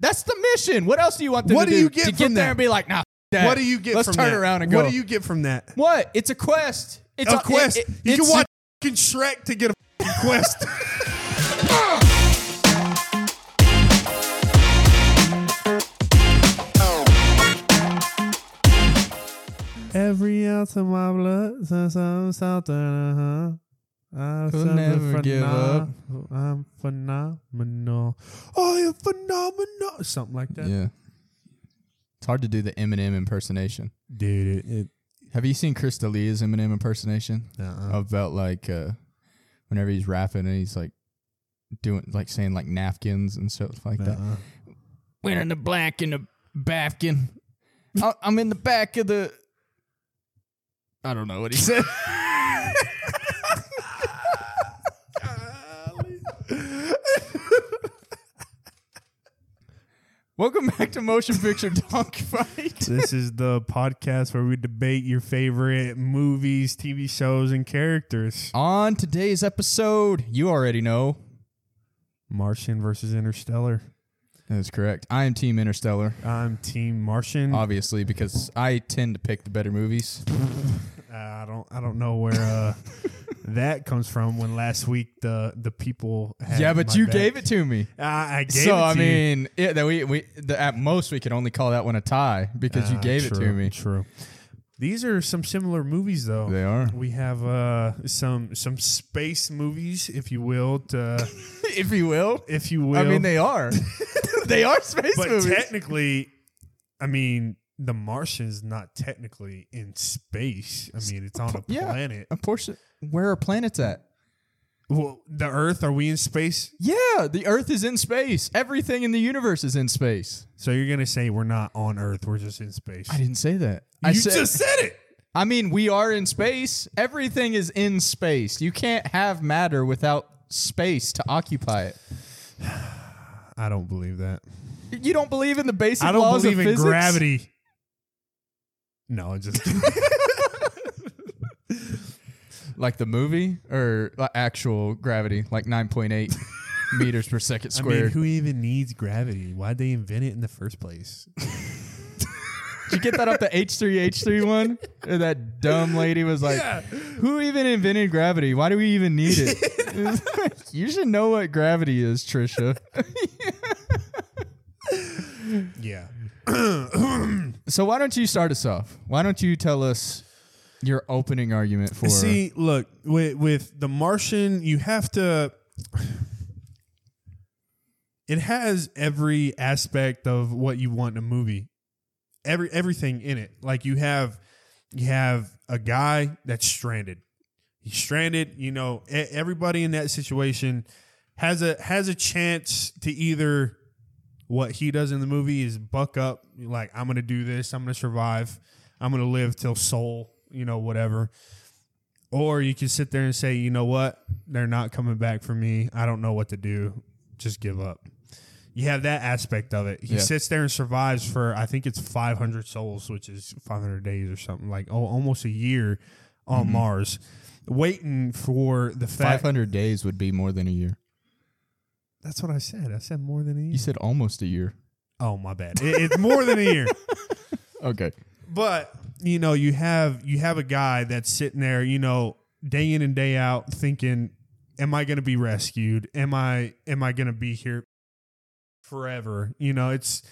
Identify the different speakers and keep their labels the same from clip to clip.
Speaker 1: That's the mission. What else do you want them
Speaker 2: What
Speaker 1: to
Speaker 2: do
Speaker 1: do?
Speaker 2: you get
Speaker 1: to get
Speaker 2: from
Speaker 1: there
Speaker 2: that?
Speaker 1: and be like, nah, f- that.
Speaker 2: What do you get?
Speaker 1: Let's
Speaker 2: from
Speaker 1: turn
Speaker 2: that?
Speaker 1: around and go.
Speaker 2: What do you get from that?
Speaker 1: What? It's a quest. It's
Speaker 2: a quest.
Speaker 1: it- it-
Speaker 2: you
Speaker 1: it's-
Speaker 2: can watch fucking Shrek to get a fucking quest. Every ounce of my blood says I'm uh-huh. something, huh? I'm
Speaker 1: Could never give up.
Speaker 2: I'm phenomenal. I am phenomenal. Something like that.
Speaker 1: Yeah. It's hard to do the Eminem impersonation.
Speaker 2: Dude, it. it
Speaker 1: Have you seen Chris D'Elia's Eminem impersonation?
Speaker 2: uh-uh.
Speaker 1: About like uh, whenever he's rapping and he's like doing like saying like napkins and stuff like that.
Speaker 2: Uh-uh.
Speaker 1: We're in the black in the bafkin. I- I'm in the back of the. I don't know what he said. Welcome back to Motion Picture Dog Fight.
Speaker 2: This is the podcast where we debate your favorite movies, TV shows, and characters.
Speaker 1: On today's episode, you already know.
Speaker 2: Martian versus Interstellar.
Speaker 1: That's correct. I am Team Interstellar,
Speaker 2: I'm Team Martian. Uh,
Speaker 1: obviously, because I tend to pick the better movies.
Speaker 2: Uh, I don't. I don't know where uh, that comes from. When last week the the people. Had
Speaker 1: yeah, but
Speaker 2: my
Speaker 1: you
Speaker 2: back.
Speaker 1: gave it to me.
Speaker 2: I, I gave
Speaker 1: so
Speaker 2: it to
Speaker 1: I
Speaker 2: you.
Speaker 1: mean, yeah, that we we the, at most we could only call that one a tie because you
Speaker 2: Ah,
Speaker 1: gave it to
Speaker 2: true,
Speaker 1: me.
Speaker 2: True. These are some similar movies, though.
Speaker 1: They are.
Speaker 2: We have uh, some some space movies, if you will, to,
Speaker 1: if you will.
Speaker 2: if you will.
Speaker 1: I mean, they are. they are space
Speaker 2: but
Speaker 1: movies.
Speaker 2: technically, I mean, The Martian's not technically in space. I mean, it's on a
Speaker 1: Yeah.
Speaker 2: planet.
Speaker 1: a portion. Where are planets at?
Speaker 2: Well, the Earth, are we in space?
Speaker 1: Yeah, the Earth is in space. Everything in the universe is in space.
Speaker 2: So you're gonna say we're not on Earth? We're just in space.
Speaker 1: I didn't say that.
Speaker 2: you
Speaker 1: I said.
Speaker 2: just said it.
Speaker 1: I mean, we are in space. Everything is in space. You can't have matter without space to occupy it.
Speaker 2: I don't believe that.
Speaker 1: You don't believe in the basic
Speaker 2: I don't
Speaker 1: laws
Speaker 2: believe
Speaker 1: of
Speaker 2: in
Speaker 1: physics?
Speaker 2: gravity. No, I'm just kidding.
Speaker 1: like the movie or like, actual gravity, like nine point eight meters per second
Speaker 2: I
Speaker 1: squared.
Speaker 2: mean, who even needs gravity? Why'd they invent it in the first place?
Speaker 1: Did you get that up the H three H three one? Or that dumb lady was like, "Who even invented gravity? Why do we even need it?" It's like, you should know what gravity is, Trisha.
Speaker 2: Yeah.
Speaker 1: So why don't you start us off? Why don't you tell us your opening argument for?
Speaker 2: See, look, with with the Martian, you have to it has every aspect of what you want in a movie. Every everything in it. Like you have you have a guy that's stranded. He's stranded, you know, e- everybody in that situation has a has a chance to either what he does in the movie is buck up like I'm going to do this, I'm going to survive. I'm going to live till soul, you know, whatever or you can sit there and say, you know what, they're not coming back for me. I don't know what to do. Just give up. You have that aspect of it. He
Speaker 1: Yeah.
Speaker 2: sits there and survives for I think it's 500 souls, which is 500 days or something like oh, almost a year on Mars, waiting for
Speaker 1: Mm-hmm.
Speaker 2: the
Speaker 1: Five
Speaker 2: fact.
Speaker 1: hundred days would be more than a year.
Speaker 2: That's what I said. I said more than a
Speaker 1: You
Speaker 2: year.
Speaker 1: said almost a year.
Speaker 2: Oh my bad. It- it's more than a year.
Speaker 1: Okay.
Speaker 2: but you know you have you have a guy that's sitting there you know day in and day out thinking am i going to be rescued am i am i going to be here forever you know it's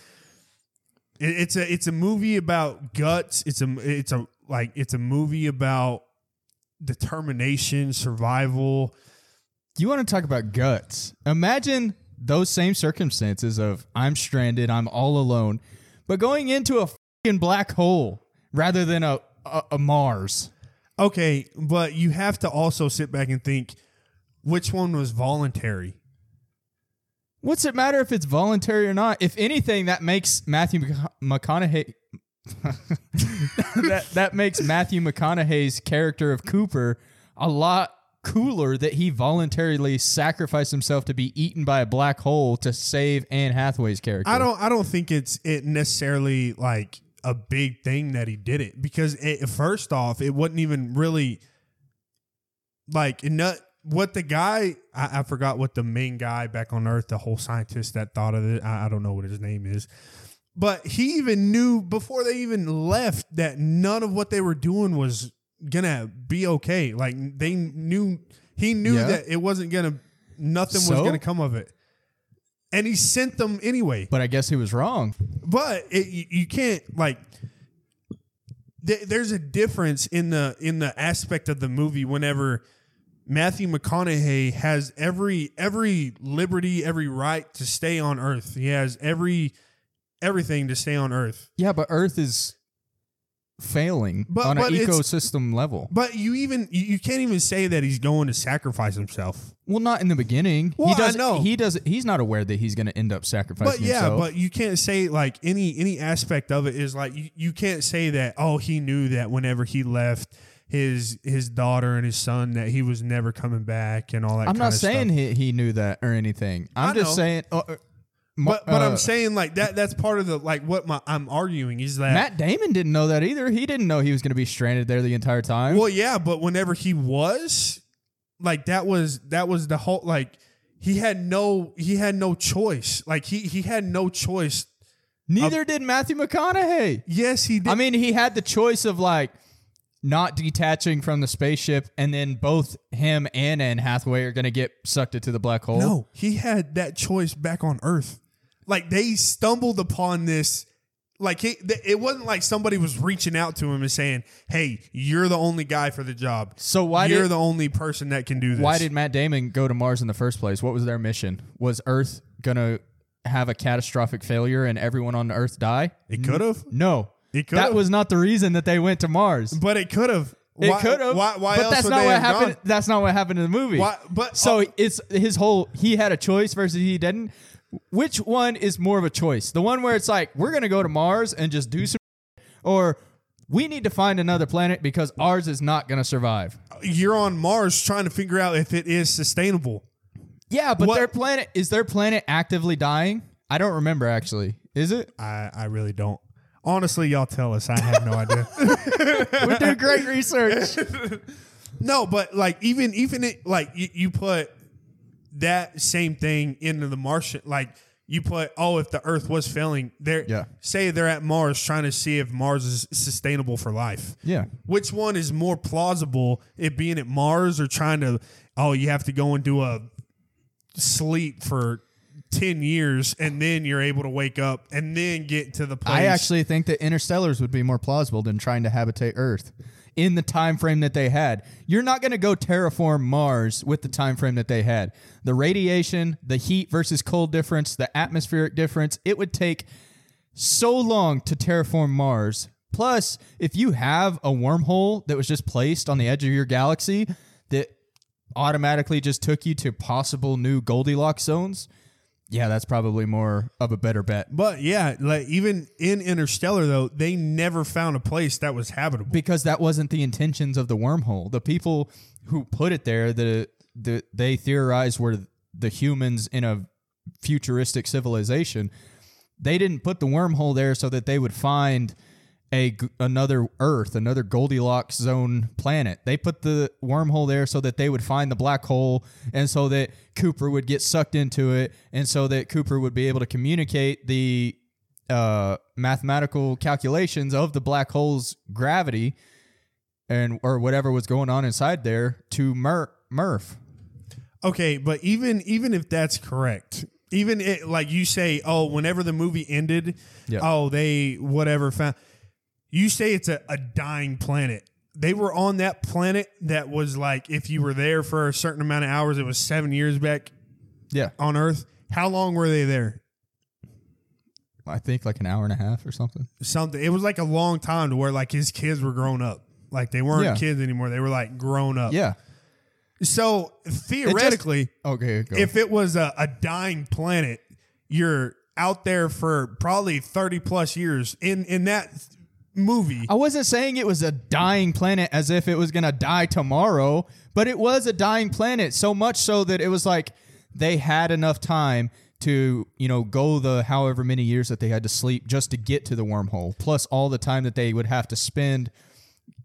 Speaker 2: it, it's a it's a movie about guts it's a it's a like it's a movie about determination survival
Speaker 1: You want to talk about guts? Imagine those same circumstances of I'm stranded, I'm all alone, but going into a fucking black hole rather than a a, a Mars.
Speaker 2: Okay, but you have to also sit back and think which one was voluntary.
Speaker 1: What's it matter if it's voluntary or not? If anything, that makes Matthew McC- McConaughey. that that makes Matthew McConaughey's character of Cooper a lot cooler that he voluntarily sacrificed himself to be eaten by a black hole to save Anne Hathaway's character.
Speaker 2: I don't I don't think it's it necessarily like a big thing that he did it because it, first off, it wasn't even really like it not what the guy I, I forgot what the main guy back on Earth, the whole scientist that thought of it. I, I don't know what his name is, but he even knew before they even left that none of what they were doing was gonna be okay. Like they knew he knew
Speaker 1: Yeah.
Speaker 2: that it wasn't gonna nothing
Speaker 1: So?
Speaker 2: was gonna come of it. And he sent them anyway.
Speaker 1: But I guess he was wrong.
Speaker 2: But it, you, you can't like. th- There's a difference in the in the aspect of the movie whenever Matthew McConaughey has every every liberty, every right to stay on Earth. He has every everything to stay on Earth.
Speaker 1: Yeah, but Earth is failing
Speaker 2: But-
Speaker 1: on
Speaker 2: but
Speaker 1: an
Speaker 2: it's-
Speaker 1: ecosystem level.
Speaker 2: But you even you, you can't even say that he's going to sacrifice himself.
Speaker 1: Well, not in the beginning.
Speaker 2: Well,
Speaker 1: he
Speaker 2: I
Speaker 1: doesn't
Speaker 2: know.
Speaker 1: he does he's not aware that he's going to end up sacrificing
Speaker 2: But yeah,
Speaker 1: himself.
Speaker 2: but you can't say like any any aspect of it is like you, you can't say that oh he knew that whenever he left his his daughter and his son that he was never coming back and all that.
Speaker 1: I'm
Speaker 2: kinda
Speaker 1: not saying
Speaker 2: stuff.
Speaker 1: he, he knew that or anything. I'm
Speaker 2: I
Speaker 1: just
Speaker 2: know.
Speaker 1: saying uh, uh, Ma-
Speaker 2: but but
Speaker 1: uh,
Speaker 2: I'm saying like that that's part of the like what my I'm arguing is that
Speaker 1: Matt Damon didn't know that either. He didn't know he was going to be stranded there the entire time.
Speaker 2: well yeah, but whenever he was like that was that was the whole like he had no he had no choice like he he had no choice.
Speaker 1: Neither did Matthew McConaughey.
Speaker 2: Yes, he did.
Speaker 1: I mean, he had the choice of like not detaching from the spaceship, and then both him and Anne Hathaway are going to get sucked into the black hole.
Speaker 2: No, he had that choice back on Earth. Like they stumbled upon this. Like he, th- it wasn't like somebody was reaching out to him and saying, "Hey, you're the only guy for the job.
Speaker 1: So why
Speaker 2: you're
Speaker 1: did
Speaker 2: the only person that can do this."
Speaker 1: why did Matt Damon go to Mars in the first place? What was their mission? Was Earth going to have a catastrophic failure and everyone on Earth die?
Speaker 2: it could have?
Speaker 1: No.
Speaker 2: It could
Speaker 1: That
Speaker 2: have.
Speaker 1: was not the reason that they went to Mars.
Speaker 2: But it could have.
Speaker 1: It could have.
Speaker 2: Why? Why
Speaker 1: but
Speaker 2: else
Speaker 1: that's
Speaker 2: would
Speaker 1: not
Speaker 2: they
Speaker 1: what
Speaker 2: have
Speaker 1: happened.
Speaker 2: gone?
Speaker 1: That's not what happened in the movie.
Speaker 2: Why, uh, but
Speaker 1: So it's his whole he had a choice versus he didn't. Which one is more of a choice? The one where it's like we're gonna go to Mars and just do some, or we need to find another planet because ours is not gonna survive.
Speaker 2: uh, you're on Mars trying to figure out if it is sustainable.
Speaker 1: Yeah, but
Speaker 2: What-
Speaker 1: their planet is their planet actively dying. I don't remember actually. Is it?
Speaker 2: I, I really don't. Honestly, y'all tell us. I have no idea.
Speaker 1: We do great research.
Speaker 2: No, but like even even it like you, you put that same thing into the Martian. Like you put oh, if the Earth was failing, there.
Speaker 1: Yeah.
Speaker 2: Say they're at Mars trying to see if Mars is sustainable for life.
Speaker 1: Yeah.
Speaker 2: Which one is more plausible? It being at Mars or trying to oh, you have to go and do a sleep for. 10 years and then you're able to wake up and then get to the place
Speaker 1: I actually think that interstellars would be more plausible than trying to habitate Earth in the time frame that they had. You're not going to go terraform Mars with the time frame that they had. The radiation, the heat versus cold difference, the atmospheric difference, it would take so long to terraform Mars. Plus, if you have a wormhole that was just placed on the edge of your galaxy that automatically just took you to possible new Goldilocks zones, yeah, that's probably more of a better bet.
Speaker 2: but yeah like even in interstellar though they never found a place that was habitable
Speaker 1: because that wasn't the intentions of the wormhole. The people who put it there, the, the they theorized were the humans in a futuristic civilization. They didn't put the wormhole there so that they would find a g- another Earth, another Goldilocks zone planet. They put the wormhole there so that they would find the black hole, and so that Cooper would get sucked into it, and so that Cooper would be able to communicate the uh, mathematical calculations of the black hole's gravity and or whatever was going on inside there to Mur- Murph.
Speaker 2: Okay, but even even if that's correct, even it, like you say, oh, whenever the movie ended,
Speaker 1: Yeah.
Speaker 2: oh, they whatever found. You say it's a, a dying planet. They were on that planet that was like if you were there for a certain amount of hours, it was seven years back
Speaker 1: Yeah,
Speaker 2: on Earth. How long were they there?
Speaker 1: I think like an hour and a half or something.
Speaker 2: Something. It was like a long time to where like his kids were grown up. Like they weren't
Speaker 1: Yeah.
Speaker 2: kids anymore. They were like grown up.
Speaker 1: Yeah.
Speaker 2: So theoretically,
Speaker 1: Okay. Go.
Speaker 2: if it was a, a dying planet, you're out there for probably 30 plus years in, in that movie.
Speaker 1: I wasn't saying it was a dying planet as if it was going to die tomorrow, but it was a dying planet so much so that it was like they had enough time to, you know, go the however many years that they had to sleep just to get to the wormhole, plus all the time that they would have to spend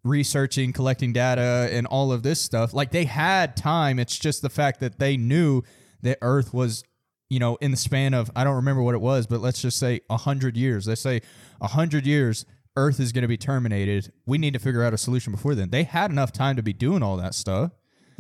Speaker 1: researching, collecting data, and all of this stuff. Like they had time. It's just the fact that they knew that Earth was, you know, in the span of I don't remember what it was, but let's just say a hundred years. They say a hundred years, Earth is going to be terminated. We need to figure out a solution before then. They had enough time to be doing all that stuff.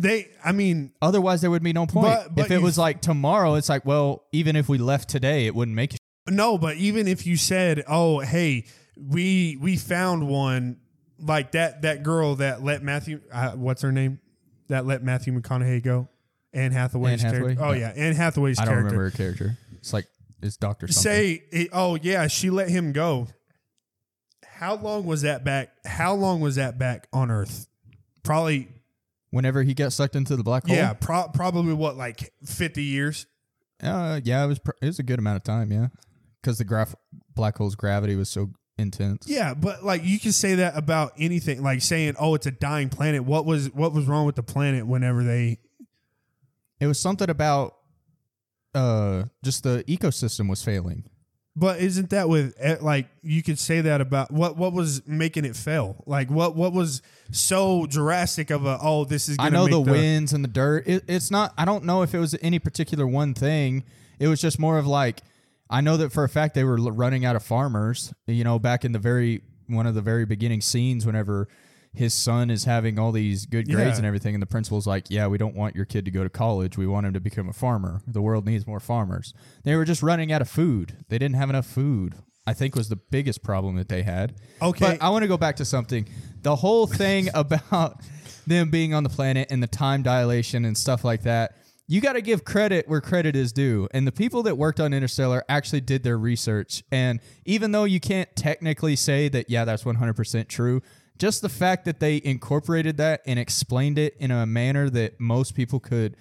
Speaker 2: They, I mean,
Speaker 1: Otherwise, there would be no point.
Speaker 2: But- but
Speaker 1: if it
Speaker 2: you-
Speaker 1: was like tomorrow, it's like, well, even if we left today, it wouldn't make it.
Speaker 2: No, but even if you said, "Oh, hey, we we found one," like that that girl that let Matthew, uh, what's her name, that let Matthew McConaughey go, Anne Hathaway's
Speaker 1: Anne Hathaway?
Speaker 2: character. Oh yeah, Anne Hathaway's
Speaker 1: I don't
Speaker 2: character.
Speaker 1: remember her character. It's like it's Doctor.
Speaker 2: Say, it, oh yeah, she let him go. How long was that back? How long was that back on Earth? Probably,
Speaker 1: whenever he got sucked into the black hole.
Speaker 2: yeah, pro- probably what like fifty years.
Speaker 1: Uh, yeah, it was pr- it was a good amount of time, yeah, because the graph black hole's gravity was so intense.
Speaker 2: Yeah, but like you can say that about anything. Like saying, "Oh, it's a dying planet." What was what was wrong with the planet whenever they?
Speaker 1: It was something about uh just the ecosystem was failing.
Speaker 2: But isn't that with eh, like you could say that about what what was making it fail? Like what what was so drastic of a oh this is
Speaker 1: I
Speaker 2: gonna
Speaker 1: know
Speaker 2: make
Speaker 1: the, winds and the dirt. It, it's not. I don't know if it was any particular one thing. It was just more of like I know that for a fact they were l- running out of farmers. You know, back in the very one of the very beginning scenes, whenever his son is having all these good grades
Speaker 2: Yeah.
Speaker 1: and everything, and the principal's like, "Yeah, we don't want your kid to go to college. We want him to become a farmer. The world needs more farmers." They were just running out of food. They didn't have enough food. I think was the biggest problem that they had.
Speaker 2: Okay.
Speaker 1: But I want to go back to something. The whole thing about them being on the planet and the time dilation and stuff like that. You got to give credit where credit is due. And the people that worked on Interstellar actually did their research. And even though you can't technically say that, yeah, that's 100% true, just the fact that they incorporated that and explained it in a manner that most people could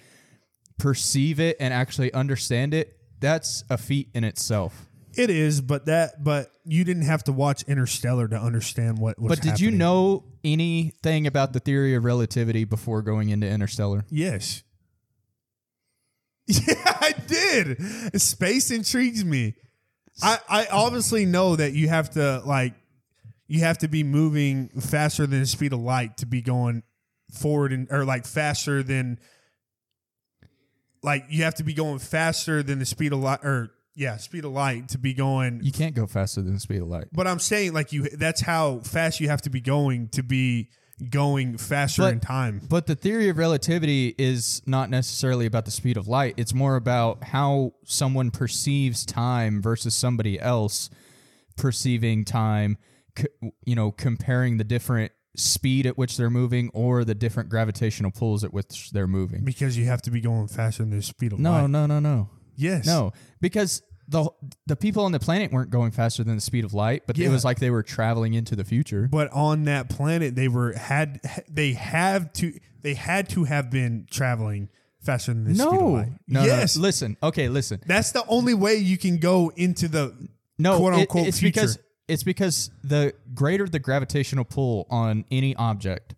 Speaker 1: perceive it and actually understand it, that's a feat in itself.
Speaker 2: it is, but that but you didn't have to watch Interstellar to understand what was.
Speaker 1: But did you
Speaker 2: happening.
Speaker 1: know anything about the theory of relativity before going into Interstellar?
Speaker 2: Yes. Yeah, I did. Space intrigues me. I, I obviously know that you have to like you have to be moving faster than the speed of light to be going forward and or like faster than like you have to be going faster than the speed of light or yeah, speed of light to be going
Speaker 1: You can't go faster than the speed of light.
Speaker 2: but I'm saying like you that's how fast you have to be going to be going faster
Speaker 1: But-
Speaker 2: in time.
Speaker 1: But the theory of relativity is not necessarily about the speed of light. It's more about how someone perceives time versus somebody else perceiving time, c- you know, comparing the different speed at which they're moving or the different gravitational pulls at which they're moving.
Speaker 2: Because you have to be going faster than the speed of light.
Speaker 1: No, no, no, no.
Speaker 2: Yes.
Speaker 1: No, because the the people on the planet weren't going faster than the speed of light, but
Speaker 2: Yeah.
Speaker 1: it was like they were traveling into the future.
Speaker 2: But on that planet, they were had they have to they had to have been traveling faster than the speed of
Speaker 1: No,
Speaker 2: light.
Speaker 1: no,
Speaker 2: yes,
Speaker 1: no. Listen, okay, listen.
Speaker 2: that's the only way you can go into the
Speaker 1: No,
Speaker 2: quote
Speaker 1: it-
Speaker 2: unquote
Speaker 1: it's
Speaker 2: future.
Speaker 1: because it's because the greater the gravitational pull on any object,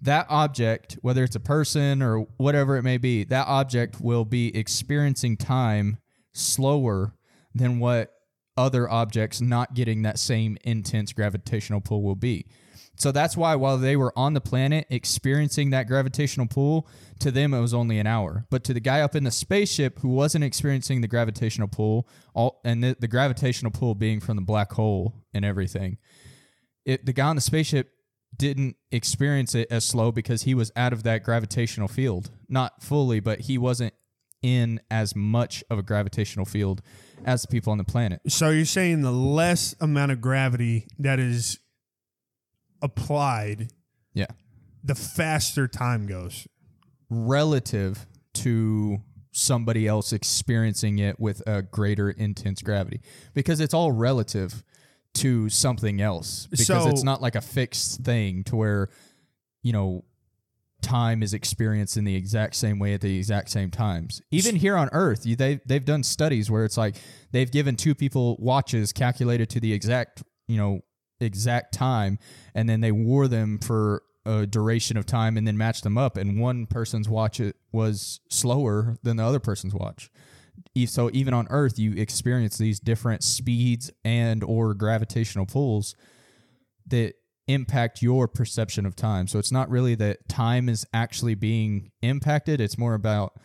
Speaker 1: that object, whether it's a person or whatever it may be, that object will be experiencing time slower than what other objects not getting that same intense gravitational pull will be. So that's why while they were on the planet experiencing that gravitational pull, to them it was only an hour. But to the guy up in the spaceship who wasn't experiencing the gravitational pull, all and the, the gravitational pull being from the black hole and everything, it, the guy on the spaceship didn't experience it as slow because he was out of that gravitational field. Not fully, but he wasn't in as much of a gravitational field as the people on the planet.
Speaker 2: so you're saying the less amount of gravity that is applied,
Speaker 1: Yeah.
Speaker 2: the faster time goes.
Speaker 1: relative to somebody else experiencing it with a greater intense gravity because it's all relative to something else because
Speaker 2: So-
Speaker 1: it's not like a fixed thing to where you know time is experienced in the exact same way at the exact same times even here on earth you, they they've done studies where it's like they've given two people watches calculated to the exact you know exact time and then they wore them for a duration of time and then matched them up and one person's watch it was slower than the other person's watch E- so even on earth you experience these different speeds and or gravitational pulls that impact your perception of time. So it's not really that time is actually being impacted, it's more about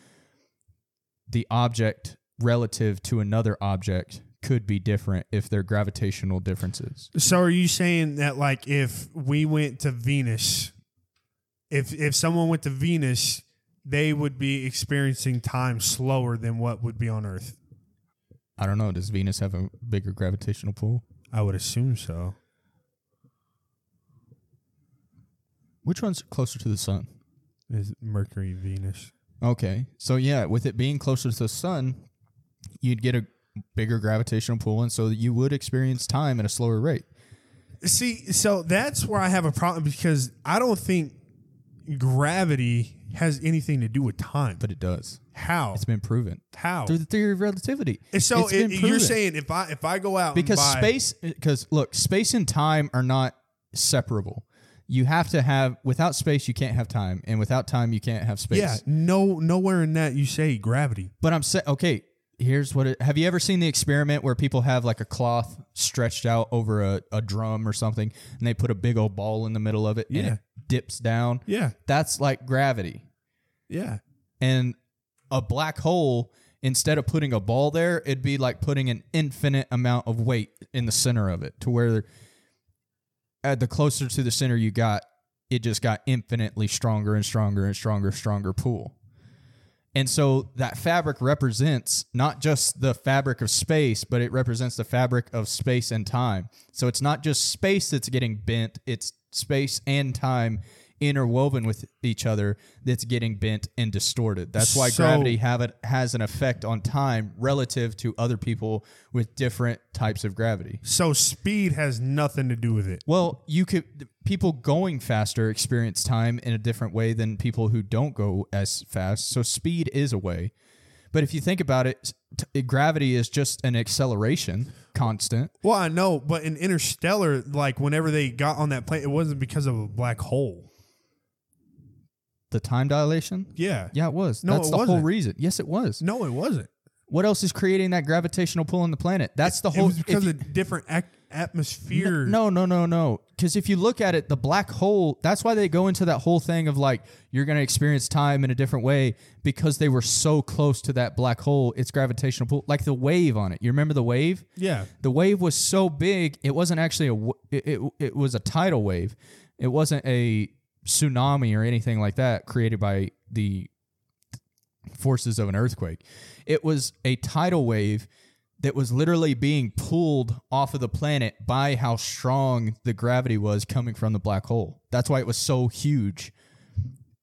Speaker 1: the object relative to another object could be different if they're gravitational differences.
Speaker 2: So are you saying that like if we went to Venus, if if someone went to Venus, they would be experiencing time slower than what would be on Earth?
Speaker 1: I don't know, does Venus have a bigger gravitational pull?
Speaker 2: I would assume so.
Speaker 1: Which one's closer to the sun?
Speaker 2: Is Mercury, Venus.
Speaker 1: Okay. So yeah, with it being closer to the sun, you'd get a bigger gravitational pull and so you would experience time at a slower rate.
Speaker 2: See, so that's where I have a problem because I don't think gravity has anything to do with time.
Speaker 1: But it does.
Speaker 2: How?
Speaker 1: It's been proven
Speaker 2: How?
Speaker 1: through the theory of relativity.
Speaker 2: And so
Speaker 1: It's
Speaker 2: it,
Speaker 1: been
Speaker 2: you're
Speaker 1: proven.
Speaker 2: saying if I if I go out and
Speaker 1: because
Speaker 2: buy-
Speaker 1: space because look, space and time are not separable. You have to have without space you can't have time and without time you can't have space.
Speaker 2: yeah, no, nowhere in that you say gravity.
Speaker 1: But I'm saying, okay, here's what it, have you ever seen the experiment where people have like a cloth stretched out over a, a drum or something and they put a big old ball in the middle of it and
Speaker 2: Yeah.
Speaker 1: it dips down?
Speaker 2: Yeah,
Speaker 1: That's like gravity.
Speaker 2: yeah.
Speaker 1: And a black hole, instead of putting a ball there, it'd be like putting an infinite amount of weight in the center of it to where at uh, the closer to the center you got, it just got infinitely stronger and stronger and stronger, stronger pull. And so that fabric represents not just the fabric of space, but it represents the fabric of space and time. So it's not just space that's getting bent, it's space and time interwoven with each other that's getting bent and distorted. That's why
Speaker 2: So-
Speaker 1: gravity have it, has an effect on time relative to other people with different types of gravity.
Speaker 2: So speed has nothing to do with it.
Speaker 1: Well, you could th- people going faster experience time in a different way than people who don't go as fast. So speed is a way. But if you think about it, s- t- gravity is just an acceleration constant.
Speaker 2: Well, I know, but in Interstellar, like whenever they got on that plane, it wasn't because of a black hole.
Speaker 1: The time dilation?
Speaker 2: Yeah.
Speaker 1: Yeah, it was.
Speaker 2: No,
Speaker 1: That's
Speaker 2: it
Speaker 1: the whole
Speaker 2: wasn't.
Speaker 1: reason. Yes, it was.
Speaker 2: No, it wasn't.
Speaker 1: What else is creating that gravitational pull on the planet? That's the whole
Speaker 2: it was because
Speaker 1: if-
Speaker 2: of different ac- atmosphere.
Speaker 1: No, no, no, no. Because if you look at it, the black hole, that's why they go into that whole thing of like, you're going to experience time in a different way because they were so close to that black hole, its gravitational pull, like the wave on it. You remember the wave?
Speaker 2: Yeah.
Speaker 1: The wave was so big, it wasn't actually a, w- it, it, it was a tidal wave. It wasn't a tsunami or anything like that created by the forces of an earthquake. It was a tidal wave that was literally being pulled off of the planet by how strong the gravity was coming from the black hole. That's why it was so huge.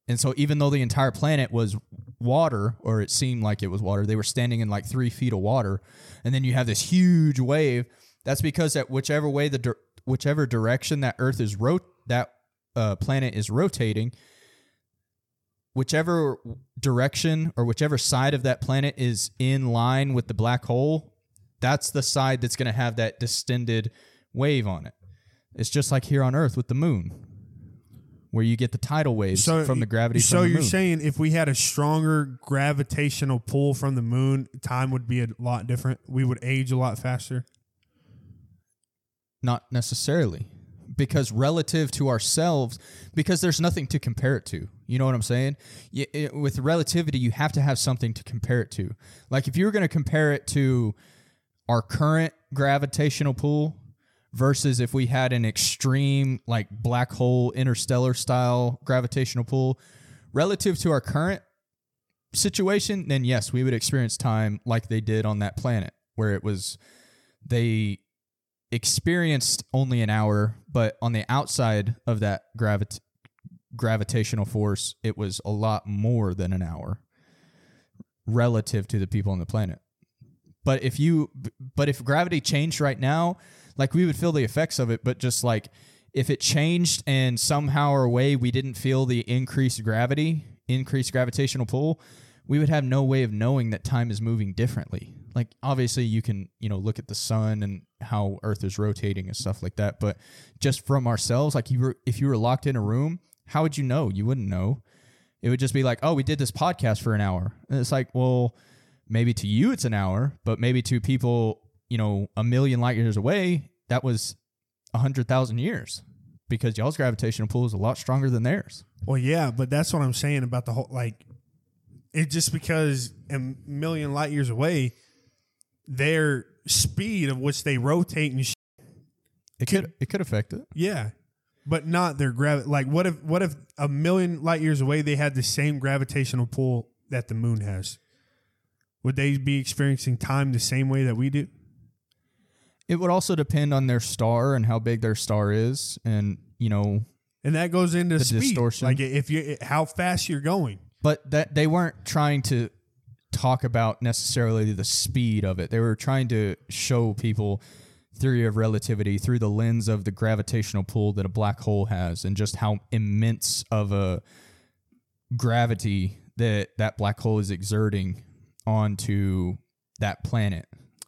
Speaker 1: And so, even though the entire planet was water, or it seemed like it was water, they were standing in like three feet of water. And then you have this huge wave. That's because at whichever way the dir- whichever direction that Earth is rot that uh, planet is rotating, whichever direction or whichever side of that planet is in line with the black hole, that's the side that's going to have that distended wave on it. It's just like here on Earth with the moon, where you get the tidal waves
Speaker 2: So
Speaker 1: from the gravity.
Speaker 2: So
Speaker 1: from the
Speaker 2: you're
Speaker 1: moon.
Speaker 2: saying if we had a stronger gravitational pull from the moon, time would be a lot different. We would age a lot faster.
Speaker 1: Not necessarily. Because relative to ourselves, because there's nothing to compare it to. You know what I'm saying? Y- it- with relativity, you have to have something to compare it to. Like if you were going to compare it to our current gravitational pull versus if we had an extreme, like black hole, interstellar style gravitational pull, relative to our current situation, then yes, we would experience time like they did on that planet, where it was they experienced only an hour, but on the outside of that gravit- gravitational force, it was a lot more than an hour relative to the people on the planet. But if you but if gravity changed right now, like we would feel the effects of it, but just like if it changed and somehow or way we didn't feel the increased gravity, increased gravitational pull, we would have no way of knowing that time is moving differently. Like obviously you can, you know, look at the sun and how earth is rotating and stuff like that, but just from ourselves, like you were if you were locked in a room, how would you know? You wouldn't know. It would just be like, "Oh, we did this podcast for an hour." And it's like, "Well, maybe to you it's an hour, but maybe to people, you know, a million light years away, that was a hundred thousand years. because y'all's gravitational pull is a lot stronger than theirs.
Speaker 2: Well, yeah, but that's what I'm saying about the whole like it just because a million light years away, their speed of which they rotate and sh-
Speaker 1: It could it could affect it.
Speaker 2: yeah, but not their gravity. Like, what if what if a million light years away they had the same gravitational pull that the moon has? Would they be experiencing time the same way that we do?
Speaker 1: It would also depend on their star and how big their star is, and you know,
Speaker 2: And that goes into
Speaker 1: The
Speaker 2: speed.
Speaker 1: distortion.
Speaker 2: Like if you how fast you're going.
Speaker 1: but that they weren't trying to talk about necessarily the speed of it. They were trying to show people theory of relativity through the lens of the gravitational pull that a black hole has and just how immense of a gravity that that black hole is exerting onto that planet.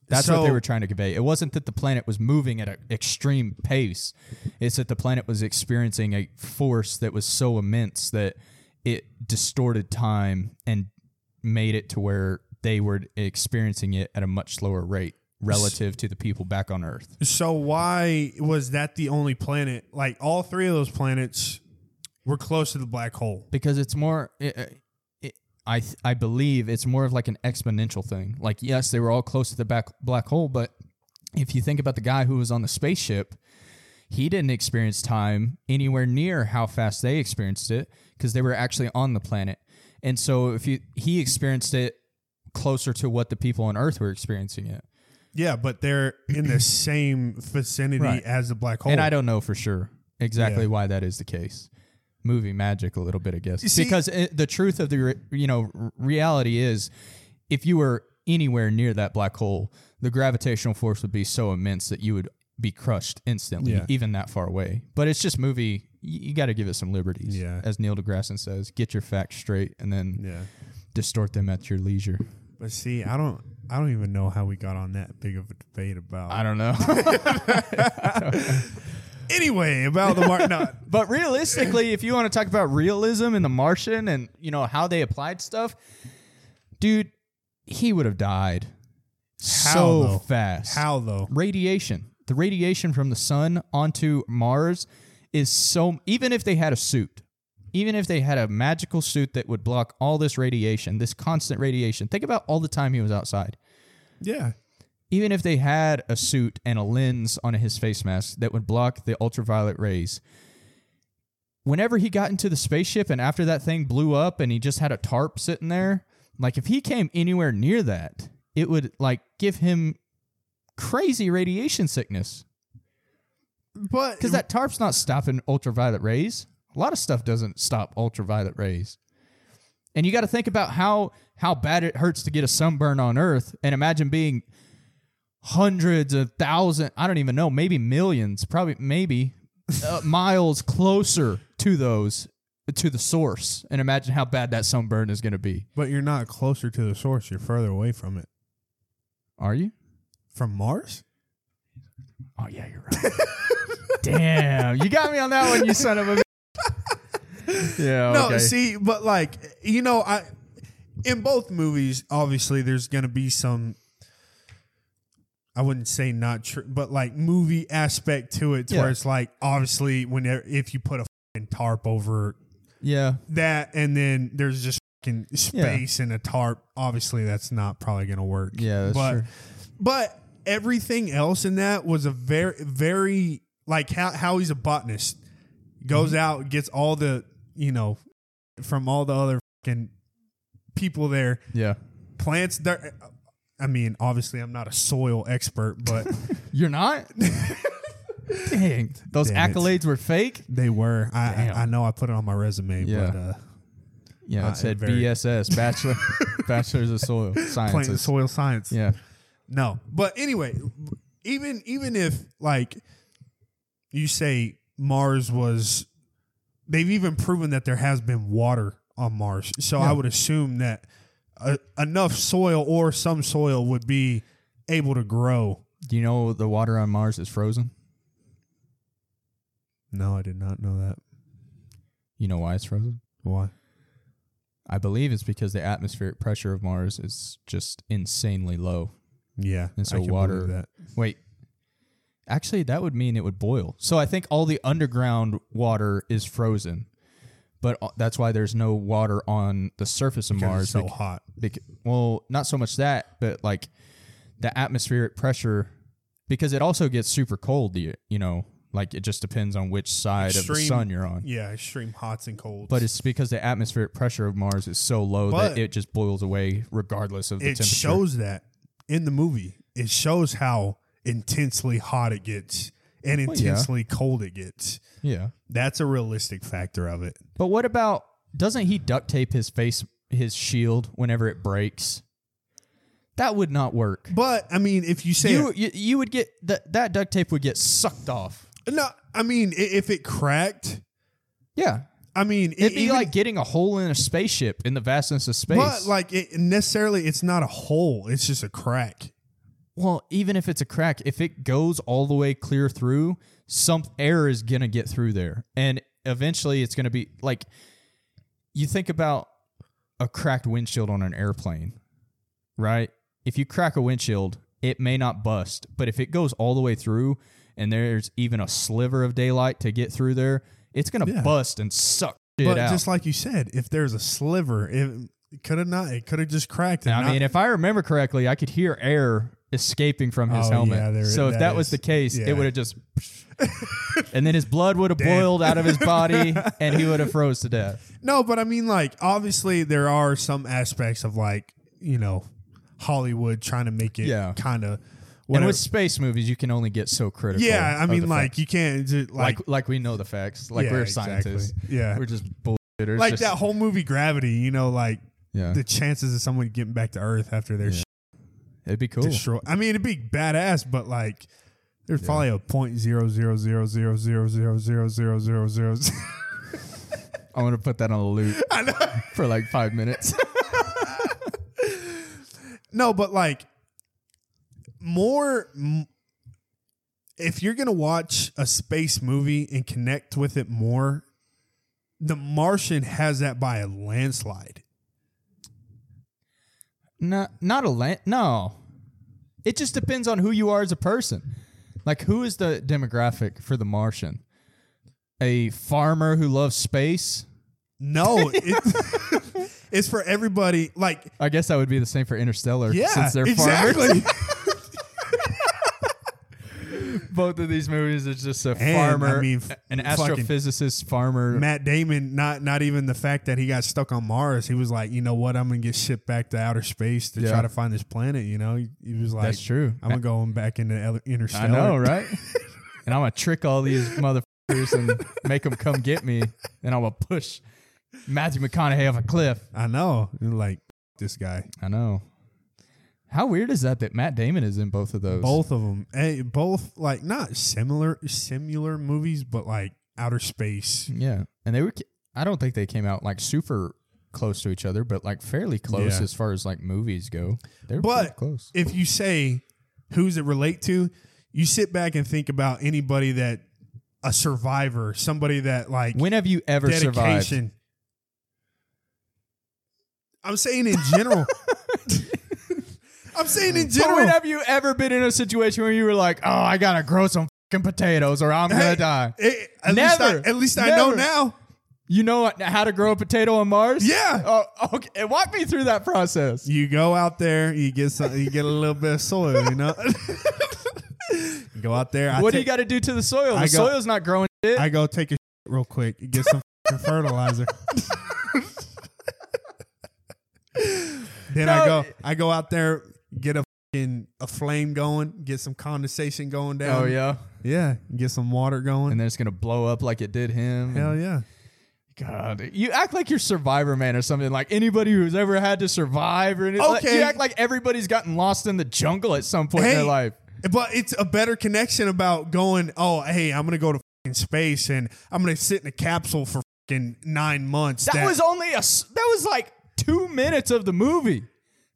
Speaker 1: That's what they
Speaker 2: So-
Speaker 1: were trying to convey. It wasn't that the planet was moving at an extreme pace. It's that the planet was experiencing a force that was so immense that it distorted time and made it to where they were experiencing it at a much slower rate relative to the people back on Earth.
Speaker 2: So why was that the only planet? Like all three of those planets were close to the black hole.
Speaker 1: Because it's more, it, uh, it, I th- I believe it's more of like an exponential thing. Like yes, they were all close to the back black hole, but if you think about the guy who was on the spaceship, he didn't experience time anywhere near how fast they experienced it because they were actually on the planet. And so if you he experienced it closer to what the people on Earth were experiencing it.
Speaker 2: Yeah, but they're in the same vicinity
Speaker 1: Right.
Speaker 2: as the black hole.
Speaker 1: And I don't know for sure exactly
Speaker 2: Oh. Yeah.
Speaker 1: why that is the case. Movie magic, a little bit, I guess,
Speaker 2: see-
Speaker 1: because it, the truth of the re, you know r- reality is, if you were anywhere near that black hole, the gravitational force would be so immense that you would be crushed instantly,
Speaker 2: Yeah.
Speaker 1: even that far away. But it's just movie. You, you got to give it some liberties,
Speaker 2: Yeah.
Speaker 1: As Neil deGrasse says, get your facts straight and then
Speaker 2: Yeah,
Speaker 1: distort them at your leisure.
Speaker 2: but see, I don't, I don't even know how we got on that big of a debate about.
Speaker 1: I don't know.
Speaker 2: anyway, about the mark. no,
Speaker 1: But realistically, if you want to talk about realism in The Martian and you know how they applied stuff, dude, he would have died so
Speaker 2: though?
Speaker 1: fast.
Speaker 2: how though?
Speaker 1: Radiation. The radiation from the sun onto Mars is so. Even if they had a suit, even if they had a magical suit that would block all this radiation, this constant radiation. Think about all the time he was outside
Speaker 2: Yeah,
Speaker 1: even if they had a suit and a lens on his face mask that would block the ultraviolet rays, whenever he got into the spaceship and after that thing blew up and he just had a tarp sitting there, like if he came anywhere near that, it would like give him crazy radiation sickness
Speaker 2: but
Speaker 1: because that tarp's not stopping ultraviolet rays. A lot of stuff doesn't stop ultraviolet rays. And you got to think about how how bad it hurts to get a sunburn on Earth, and imagine being hundreds of thousand I don't even know, maybe millions, probably maybe uh, miles closer to those to the source, and imagine how bad that sunburn is going to be.
Speaker 2: but you're not closer to the source. You're further away from it.
Speaker 1: Are you?
Speaker 2: From Mars?
Speaker 1: Oh yeah, you're right. Damn, you got me on that one, you son of a. yeah.
Speaker 2: No,
Speaker 1: okay.
Speaker 2: see, but like you know, I in both movies, obviously, there's gonna be some. I wouldn't say not true, but like movie aspect to it, to
Speaker 1: Yeah.
Speaker 2: where it's like obviously when if you put a fucking tarp over
Speaker 1: yeah.
Speaker 2: that, and then there's just fucking space and a tarp. Obviously, that's not probably gonna work.
Speaker 1: Yeah, that's
Speaker 2: but
Speaker 1: true.
Speaker 2: but everything else in that was a very very like how how he's a botanist goes
Speaker 1: Mm-hmm.
Speaker 2: out gets all the you know from all the other fucking people there
Speaker 1: Yeah.
Speaker 2: plants there i mean obviously i'm not a soil expert but
Speaker 1: You're not? Dang. Those
Speaker 2: Damn it.
Speaker 1: accolades were fake?
Speaker 2: they were I,
Speaker 1: Damn.
Speaker 2: I i know i put it on my resume
Speaker 1: Yeah.
Speaker 2: but uh
Speaker 1: Yeah,
Speaker 2: Uh,
Speaker 1: it said
Speaker 2: very-
Speaker 1: BSS, Bachelor Bachelor's of Soil
Speaker 2: plant and
Speaker 1: Sciences.
Speaker 2: soil science
Speaker 1: Yeah.
Speaker 2: No, but anyway, even even if like you say Mars was, they've even proven that there has been water on Mars. So I would assume that uh, enough soil or some soil would be able to grow.
Speaker 1: Do you know the water on Mars is frozen?
Speaker 2: No, I did not know that.
Speaker 1: You know why it's frozen?
Speaker 2: Why?
Speaker 1: I believe it's because the atmospheric pressure of Mars is just insanely low.
Speaker 2: Yeah,
Speaker 1: And so
Speaker 2: I can
Speaker 1: water-
Speaker 2: believe That
Speaker 1: Wait. Actually, that would mean it would boil. So I think all the underground water is frozen, but uh, that's why there's no water on the surface of
Speaker 2: Mars
Speaker 1: Mars.
Speaker 2: so
Speaker 1: bec-
Speaker 2: hot.
Speaker 1: bec- well, not so much that, but like the atmospheric pressure, because it also gets super cold. You you know, like it just depends on which side of the
Speaker 2: Extreme-
Speaker 1: sun you're on.
Speaker 2: Yeah, extreme hots and colds.
Speaker 1: But it's because the atmospheric pressure of Mars is so low
Speaker 2: But-
Speaker 1: that it just boils away regardless of the
Speaker 2: it
Speaker 1: temperature.
Speaker 2: shows that in the movie. It shows how intensely hot it gets and
Speaker 1: yeah.
Speaker 2: intensely cold it gets.
Speaker 1: yeah.
Speaker 2: That's a realistic factor of it.
Speaker 1: But what about doesn't he duct tape his face his shield whenever it breaks? That would not work.
Speaker 2: But I mean, if you say
Speaker 1: You, you you would get that that duct tape would get sucked off.
Speaker 2: no, I mean i- if it cracked,
Speaker 1: Yeah.
Speaker 2: I mean it,
Speaker 1: It'd be
Speaker 2: E even-
Speaker 1: like getting a hole in a spaceship in the vastness of space.
Speaker 2: but like it necessarily it's not a hole. It's just a crack.
Speaker 1: well, even if it's a crack, if it goes all the way clear through, some air is going to get through there. And eventually it's going to be like you think about a cracked windshield on an airplane, right? If you crack a windshield, it may not bust, but if it goes all the way through and there's even a sliver of daylight to get through there, it's going to
Speaker 2: Yeah.
Speaker 1: bust and suck shit
Speaker 2: But
Speaker 1: out.
Speaker 2: just like you said, if there's a sliver, it could have not. It could have just cracked. And
Speaker 1: I
Speaker 2: not-
Speaker 1: mean, if I remember correctly, I could hear air escaping from his
Speaker 2: Oh,
Speaker 1: helmet.
Speaker 2: yeah, there-
Speaker 1: so if
Speaker 2: that
Speaker 1: that, was
Speaker 2: is-
Speaker 1: the case,
Speaker 2: yeah.
Speaker 1: it would have just, and then his blood would have boiled out of his body, and he would have froze to death.
Speaker 2: No, but I mean, like, obviously, there are some aspects of, like, you know, Hollywood trying to make it
Speaker 1: Yeah.
Speaker 2: kind of
Speaker 1: And
Speaker 2: whatever.
Speaker 1: with space movies, you can only get so critical.
Speaker 2: yeah, I
Speaker 1: of
Speaker 2: mean,
Speaker 1: the
Speaker 2: like,
Speaker 1: facts.
Speaker 2: you can't do, like,
Speaker 1: like,
Speaker 2: like,
Speaker 1: like we know the facts, like
Speaker 2: Yeah,
Speaker 1: we're
Speaker 2: exactly.
Speaker 1: scientists.
Speaker 2: Yeah.
Speaker 1: we're just bullshitters. just-
Speaker 2: that whole movie Gravity, you know, like,
Speaker 1: yeah,
Speaker 2: the chances of someone getting back to Earth after they're
Speaker 1: Yeah. it'd be cool.
Speaker 2: destroyed. I mean, it'd be badass, but, like, there's probably a point zero zero zero zero zero zero zero zero zero zero.
Speaker 1: I want to put that on a loop
Speaker 2: I know.
Speaker 1: for like five minutes.
Speaker 2: No, but like more. m- If you're gonna watch a space movie and connect with it more, The Martian has that by a landslide.
Speaker 1: No, not a land. No, it just depends on who you are as a person. Like, who is the demographic for the Martian? A farmer who loves space.
Speaker 2: No, it, it's for everybody. Like,
Speaker 1: I guess that would be the same for Interstellar,
Speaker 2: yeah,
Speaker 1: since they're farmers.
Speaker 2: exactly.
Speaker 1: Both of these movies is just a
Speaker 2: I
Speaker 1: farmer,
Speaker 2: mean, f-
Speaker 1: an
Speaker 2: fucking-
Speaker 1: astrophysicist farmer.
Speaker 2: Matt Damon, not not even the fact that he got stuck on Mars. He was like, you know what, I'm gonna get shipped back to outer space to
Speaker 1: Yeah.
Speaker 2: try to find this planet. You know, he, he was like,
Speaker 1: That's true.
Speaker 2: I'm gonna go back into ele-
Speaker 1: I
Speaker 2: interstellar.
Speaker 1: know, right? and I'm gonna trick all these motherfuckers and make them come get me, and I'm gonna push Matthew McConaughey off a cliff.
Speaker 2: I know. And like this guy,
Speaker 1: I know. How weird is that that Matt Damon is in both of those?
Speaker 2: both of them, both like not similar similar movies, but like outer space.
Speaker 1: Yeah, and they were. I don't think they came out like super close to each other, but like fairly close
Speaker 2: Yeah.
Speaker 1: as far as like movies go. They were pretty
Speaker 2: But
Speaker 1: close.
Speaker 2: if you say who's it relate to, you sit back and think about anybody that a survivor, somebody that like
Speaker 1: When have you ever survived?
Speaker 2: dedication. I'm saying in general. I'm saying in
Speaker 1: But when
Speaker 2: general.
Speaker 1: have you ever been in a situation where you were like, "Oh, I gotta grow some fucking potatoes, or I'm gonna
Speaker 2: Hey,
Speaker 1: die"?
Speaker 2: Eh, at least
Speaker 1: Never.
Speaker 2: I, at least I know
Speaker 1: Never.
Speaker 2: now.
Speaker 1: You know what- how to grow a potato on Mars?
Speaker 2: Yeah.
Speaker 1: Oh, okay. Walk me through that process.
Speaker 2: You go out there, you get some, you get a little bit of soil, you know. go out there. I
Speaker 1: what do you
Speaker 2: take-
Speaker 1: got to do to the soil? The
Speaker 2: I go-
Speaker 1: soil's not growing shit.
Speaker 2: I go take a shit real quick, and get some f***ing fertilizer. then
Speaker 1: No.
Speaker 2: I go, I go out there, get a fing a flame going, get some condensation going down.
Speaker 1: oh yeah.
Speaker 2: yeah, get some water going.
Speaker 1: And then it's gonna blow up like it did him.
Speaker 2: Hell yeah.
Speaker 1: God, you act like you're Survivor Man or something. Like anybody who's ever had to survive, or anything. Like,
Speaker 2: Okay.
Speaker 1: you act like everybody's gotten lost in the jungle at some point in
Speaker 2: Hey.
Speaker 1: their life.
Speaker 2: But it's a better connection about going, oh, hey, I'm going to go to fing space and I'm going to sit in a capsule for fing nine months.
Speaker 1: That, was only a. s- That was like two minutes of the movie.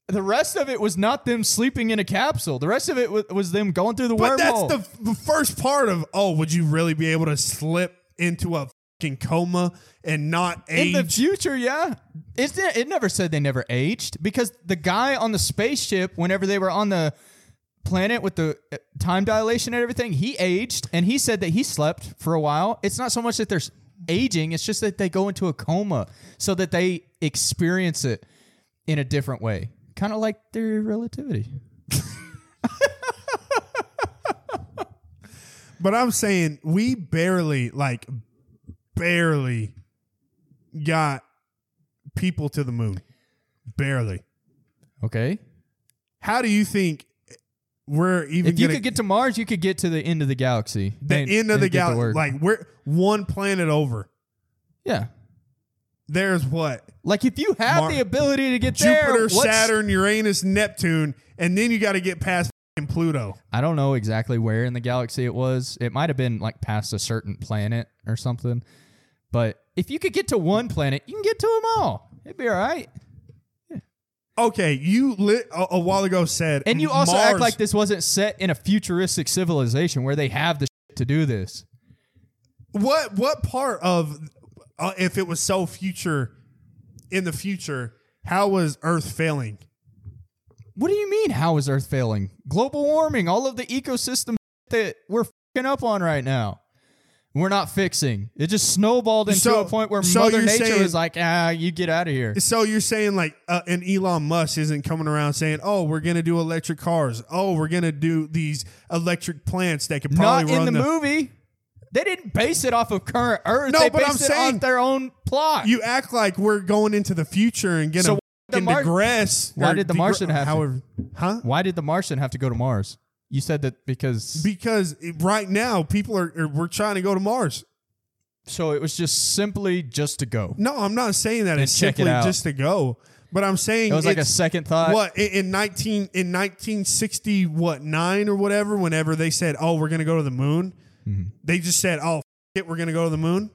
Speaker 1: The rest of it was not them sleeping in a capsule. The rest of it was, was them going through the
Speaker 2: But that's
Speaker 1: wormhole.
Speaker 2: the, f- the first part of, oh, would you really be able to slip into a fing coma and not
Speaker 1: in
Speaker 2: age?
Speaker 1: the future, yeah. It's, it never said they never aged because the guy on the spaceship, whenever they were on the planet with the uh, time dilation and everything, he aged, and he said that he slept for a while. It's not so much that they're s- aging; it's just that they go into a coma so that they experience it in a different way, kind of like theory of relativity.
Speaker 2: But I'm saying we barely, like, barely got people to the moon. Barely.
Speaker 1: Okay,
Speaker 2: How do you think we're even
Speaker 1: if you
Speaker 2: gonna-
Speaker 1: could get to Mars, you could get to the end of the galaxy.
Speaker 2: the
Speaker 1: and-
Speaker 2: end of
Speaker 1: and
Speaker 2: the
Speaker 1: get to
Speaker 2: galaxy?
Speaker 1: work.
Speaker 2: Like, we're one planet over.
Speaker 1: yeah.
Speaker 2: There's what?
Speaker 1: Like if you have
Speaker 2: Mar-
Speaker 1: the ability to get there,
Speaker 2: Jupiter,
Speaker 1: what's-
Speaker 2: Saturn, Uranus, Neptune, and then you got to get past f***ing Pluto.
Speaker 1: I don't know exactly where in the galaxy it was. It might have been like past a certain planet or something. But if you could get to one planet, you can get to them all. It'd be all right.
Speaker 2: Okay, you lit a, a while ago said,
Speaker 1: And you also act
Speaker 2: Mars-
Speaker 1: like this wasn't set in a futuristic civilization where they have the shit to do this.
Speaker 2: what what part of uh, if it was so future in the future how was earth failing
Speaker 1: What do you mean? How is Earth failing? Global warming, all of the ecosystem that we're fing up on right now. We're not fixing. It just snowballed into
Speaker 2: So-
Speaker 1: a point where
Speaker 2: so
Speaker 1: Mother
Speaker 2: you're
Speaker 1: Nature
Speaker 2: saying-
Speaker 1: was like, ah, you get out of here.
Speaker 2: so you're saying like uh, an elon musk isn't coming around saying oh we're gonna do electric cars oh we're gonna do these electric plants that could probably
Speaker 1: Not
Speaker 2: run
Speaker 1: in the, movie. They didn't base it off of current Earth.
Speaker 2: No,
Speaker 1: they
Speaker 2: but
Speaker 1: based
Speaker 2: I'm
Speaker 1: it
Speaker 2: saying-
Speaker 1: on their own plot.
Speaker 2: you act like we're going into the future and gonna
Speaker 1: So why did the
Speaker 2: f***ing
Speaker 1: Mar-
Speaker 2: digress
Speaker 1: why
Speaker 2: or
Speaker 1: did the
Speaker 2: degre-
Speaker 1: Martian happen?
Speaker 2: however huh
Speaker 1: Why did the Martian have to go to Mars? You said that because
Speaker 2: because it- right now people are, are we're trying to go to mars
Speaker 1: so it was just simply just to go.
Speaker 2: no i'm not saying that it's
Speaker 1: check it
Speaker 2: simply
Speaker 1: out.
Speaker 2: just to go but i'm saying
Speaker 1: It was like a
Speaker 2: it's-
Speaker 1: second thought.
Speaker 2: what in, in nineteen in nineteen sixty what nine or whatever? Whenever they said, "Oh, we're gonna go to the moon,"
Speaker 1: Mm-hmm.
Speaker 2: they just said, "Oh, f- it, we're gonna go to the moon."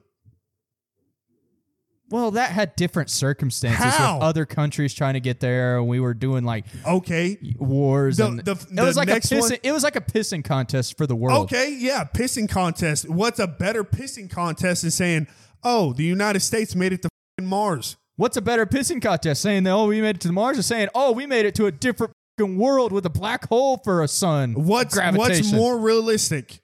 Speaker 1: Well, that had different circumstances
Speaker 2: How?
Speaker 1: with other countries trying to get there, and we were doing like
Speaker 2: Okay,
Speaker 1: wars.
Speaker 2: The-
Speaker 1: and
Speaker 2: the-
Speaker 1: it
Speaker 2: the
Speaker 1: was like a
Speaker 2: next one-
Speaker 1: pissing, it was like a pissing contest for the world.
Speaker 2: okay, yeah, pissing contest. What's a better pissing contest than saying, "Oh, the United States made it to f***ing Mars"?
Speaker 1: What's a better pissing contest? Saying that oh we made it to Mars, or saying oh we made it to a different fucking world with a black hole for a sun?
Speaker 2: What's
Speaker 1: Gravitation.
Speaker 2: what's more realistic?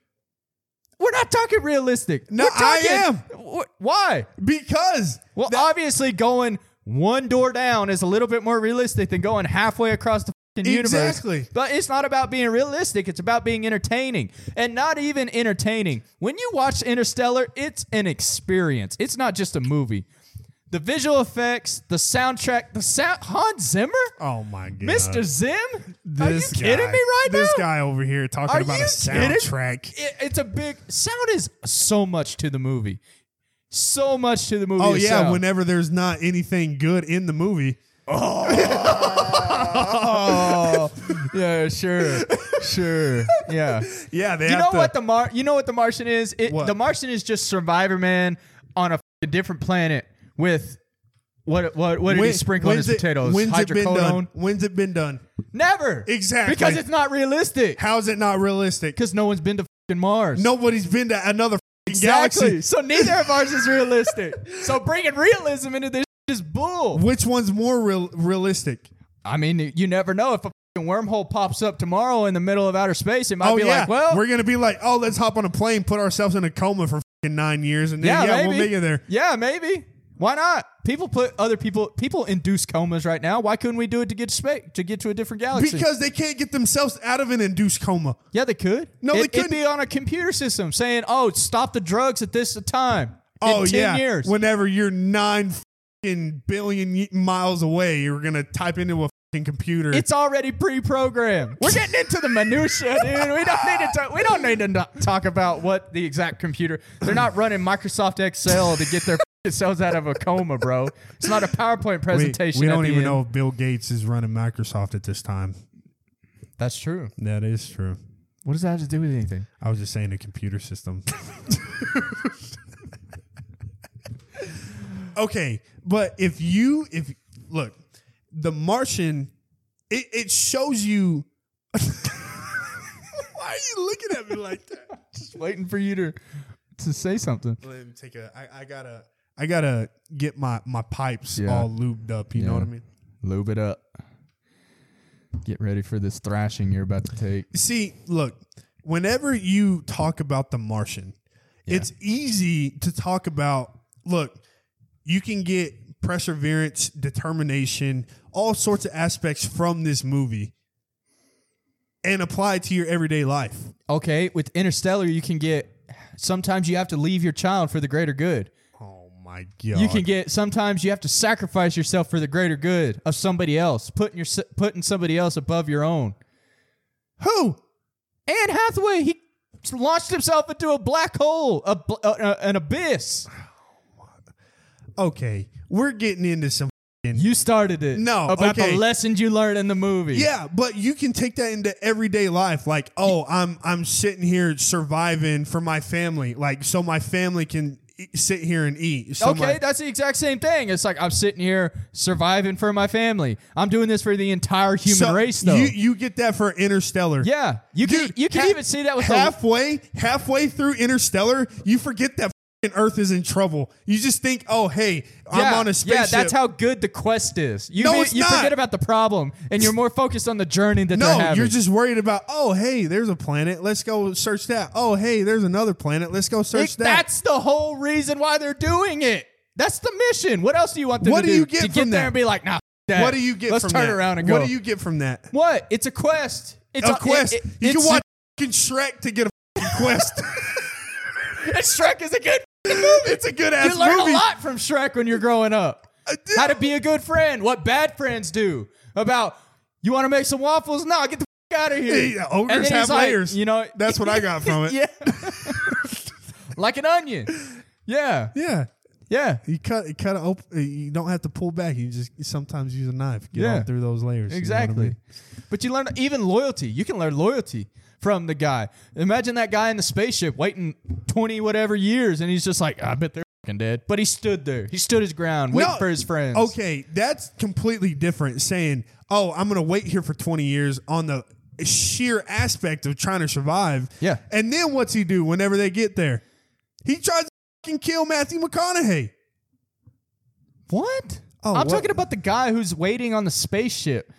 Speaker 1: We're not talking realistic.
Speaker 2: No,
Speaker 1: We're talking-
Speaker 2: I am.
Speaker 1: Wh- Why?
Speaker 2: Because
Speaker 1: Well, obviously, going one door down is a little bit more realistic than going halfway across the fucking universe.
Speaker 2: Exactly.
Speaker 1: But it's not about being realistic. It's about being entertaining, and not even entertaining. When you watch Interstellar, it's an experience. It's not just a movie. The visual effects, the soundtrack, the sound. Hans Zimmer,
Speaker 2: oh my god,
Speaker 1: Mr. Zim. Are you
Speaker 2: This
Speaker 1: kidding
Speaker 2: guy-
Speaker 1: me right
Speaker 2: This
Speaker 1: now?
Speaker 2: guy over here talking
Speaker 1: Are
Speaker 2: about a
Speaker 1: you kidding?
Speaker 2: soundtrack.
Speaker 1: It, it's a big sound. Is so much to the movie. So much to the movie.
Speaker 2: Oh
Speaker 1: is
Speaker 2: yeah,
Speaker 1: sound.
Speaker 2: whenever there's not anything good in the movie.
Speaker 1: Oh, yeah, sure, sure, yeah.
Speaker 2: Yeah, they
Speaker 1: You
Speaker 2: have
Speaker 1: know
Speaker 2: to,
Speaker 1: what the Mar? You know what the Martian is? It,
Speaker 2: What?
Speaker 1: the Martian is just Survivor Man on a f***ing different planet with what? What? What did he
Speaker 2: When-
Speaker 1: sprinkle on his
Speaker 2: when's it-
Speaker 1: potatoes?
Speaker 2: When's it been
Speaker 1: Hydrocodone?
Speaker 2: done? When's it been done?
Speaker 1: Never.
Speaker 2: Exactly.
Speaker 1: Because it's not realistic.
Speaker 2: How's it not realistic?
Speaker 1: Because no one's been to f***ing Mars.
Speaker 2: Nobody's been to another f***ing
Speaker 1: exactly.
Speaker 2: galaxy.
Speaker 1: So neither of ours is realistic. so bringing realism into this is bull.
Speaker 2: Which one's more real, realistic?
Speaker 1: I mean, you never know if a f***ing wormhole pops up tomorrow in the middle of outer space. It might
Speaker 2: oh
Speaker 1: be
Speaker 2: yeah,
Speaker 1: like, well,
Speaker 2: we're gonna be like, oh, let's hop on a plane, put ourselves in a coma for f***ing nine years, and
Speaker 1: Yeah,
Speaker 2: then yeah, we'll
Speaker 1: maybe.
Speaker 2: make it there.
Speaker 1: Yeah, maybe. Why not? People put other people people induce comas right now. Why couldn't we do it to get to space to get to a different galaxy?
Speaker 2: Because they can't get themselves out of an induced coma.
Speaker 1: yeah, they could.
Speaker 2: No, they
Speaker 1: it, It'd be on a computer system saying, "Oh, stop the drugs at this time." in
Speaker 2: Oh
Speaker 1: 10
Speaker 2: yeah,
Speaker 1: years.
Speaker 2: whenever you're nine f***ing billion y- miles away, you're gonna type into a f***ing computer.
Speaker 1: it's already pre-programmed. We're getting into the minutia, dude. We don't need to talk, we don't need to not talk about what the exact computer. They're not running Microsoft Excel to get their selves out of a coma, bro. It's not a PowerPoint
Speaker 2: We-
Speaker 1: presentation.
Speaker 2: We,
Speaker 1: at
Speaker 2: don't
Speaker 1: the
Speaker 2: even
Speaker 1: end.
Speaker 2: know if Bill Gates is running Microsoft at this time.
Speaker 1: That's true.
Speaker 2: That is true.
Speaker 1: What does that have to do with anything?
Speaker 2: I was just saying a computer system. okay, but if you if look, The Martian, it, it shows you. Why are you looking at me like that?
Speaker 1: Just waiting for you to to say something.
Speaker 2: Let me take a. I, I gotta. I gotta get my my pipes
Speaker 1: Yeah.
Speaker 2: all lubed up. You know
Speaker 1: Yeah.
Speaker 2: what I mean?
Speaker 1: Lube it up. Get ready for this thrashing you're about to take.
Speaker 2: See, look, whenever you talk about the Martian, it's easy to talk about, look, you can get perseverance, determination, all sorts of aspects from this movie and apply it to your everyday life.
Speaker 1: Okay, with Interstellar, you can get. Sometimes you have to leave your child for the greater good.
Speaker 2: Oh my god.
Speaker 1: You can get. Sometimes you have to sacrifice yourself for the greater good of somebody else, putting your putting somebody else above your own.
Speaker 2: Who?
Speaker 1: Anne Hathaway, he launched himself into a black hole, a, bl- uh, uh, an abyss.
Speaker 2: Okay, we're getting into some
Speaker 1: You started it.
Speaker 2: No,
Speaker 1: about
Speaker 2: okay.
Speaker 1: the lessons you learned in the movie.
Speaker 2: Yeah, but you can take that into everyday life. Like, oh, I'm I'm sitting here surviving for my family, like so my family can e- sit here and eat. So
Speaker 1: Okay,
Speaker 2: my-
Speaker 1: that's the exact same thing. It's like I'm sitting here surviving for my family. I'm doing this for the entire human
Speaker 2: so
Speaker 1: race, though.
Speaker 2: You you get that for Interstellar.
Speaker 1: yeah, you can
Speaker 2: Dude,
Speaker 1: you can
Speaker 2: ha-
Speaker 1: even see that with the,
Speaker 2: halfway halfway through Interstellar, you forget that fing Earth is in trouble. You just think, oh hey, I'm
Speaker 1: yeah,
Speaker 2: on a
Speaker 1: Yeah,
Speaker 2: spaceship.
Speaker 1: that's how good the quest is. You
Speaker 2: No,
Speaker 1: may-
Speaker 2: it's
Speaker 1: you
Speaker 2: not.
Speaker 1: forget about the problem and you're more focused on the journey that they're
Speaker 2: No,
Speaker 1: having.
Speaker 2: you're just worried about. Oh, hey, there's a planet. Let's go search that. Oh, hey, there's another planet. Let's go search
Speaker 1: It-
Speaker 2: that.
Speaker 1: That's the whole reason why they're doing it. That's the mission. What else do you want them
Speaker 2: What
Speaker 1: to
Speaker 2: do
Speaker 1: do?
Speaker 2: you get
Speaker 1: to
Speaker 2: from
Speaker 1: get
Speaker 2: that?
Speaker 1: there and be like, nah. f- That.
Speaker 2: What do you get
Speaker 1: Let's
Speaker 2: from
Speaker 1: turn
Speaker 2: that?
Speaker 1: around and go.
Speaker 2: What do you get from that?
Speaker 1: What? It's a quest. It's
Speaker 2: a quest.
Speaker 1: It, it,
Speaker 2: you can
Speaker 1: it's-
Speaker 2: watch fucking Shrek to get a fucking quest.
Speaker 1: Shrek is a good.
Speaker 2: it's a good ass
Speaker 1: You learn
Speaker 2: movie.
Speaker 1: a lot from Shrek when you're growing up.
Speaker 2: Uh, dude,
Speaker 1: How to be a good friend. What bad friends do. About you want to make some waffles? No, get the f- out of here.
Speaker 2: Hey, ogres
Speaker 1: And then he's
Speaker 2: have
Speaker 1: like,
Speaker 2: layers.
Speaker 1: You know.
Speaker 2: That's what I got from it.
Speaker 1: yeah. like an onion. Yeah.
Speaker 2: yeah.
Speaker 1: Yeah.
Speaker 2: You cut, you cut it open. You don't have to pull back. You just you sometimes use a knife. Get
Speaker 1: Yeah.
Speaker 2: on through those layers. you know what I
Speaker 1: Exactly.
Speaker 2: mean?
Speaker 1: But you learn even loyalty. You can learn loyalty from the guy. Imagine that guy in the spaceship waiting 20 whatever years and he's just like, I bet they're fucking dead. But he stood there. He stood his ground waiting
Speaker 2: No.
Speaker 1: for his friends.
Speaker 2: Okay, that's completely different. Saying, "Oh, I'm gonna wait here for 20 years" on the sheer aspect of trying to survive.
Speaker 1: Yeah.
Speaker 2: And then what's he do whenever they get there? He tries to fucking kill Matthew McConaughey.
Speaker 1: What?
Speaker 2: Oh,
Speaker 1: I'm
Speaker 2: what-
Speaker 1: talking about the guy who's waiting on the spaceship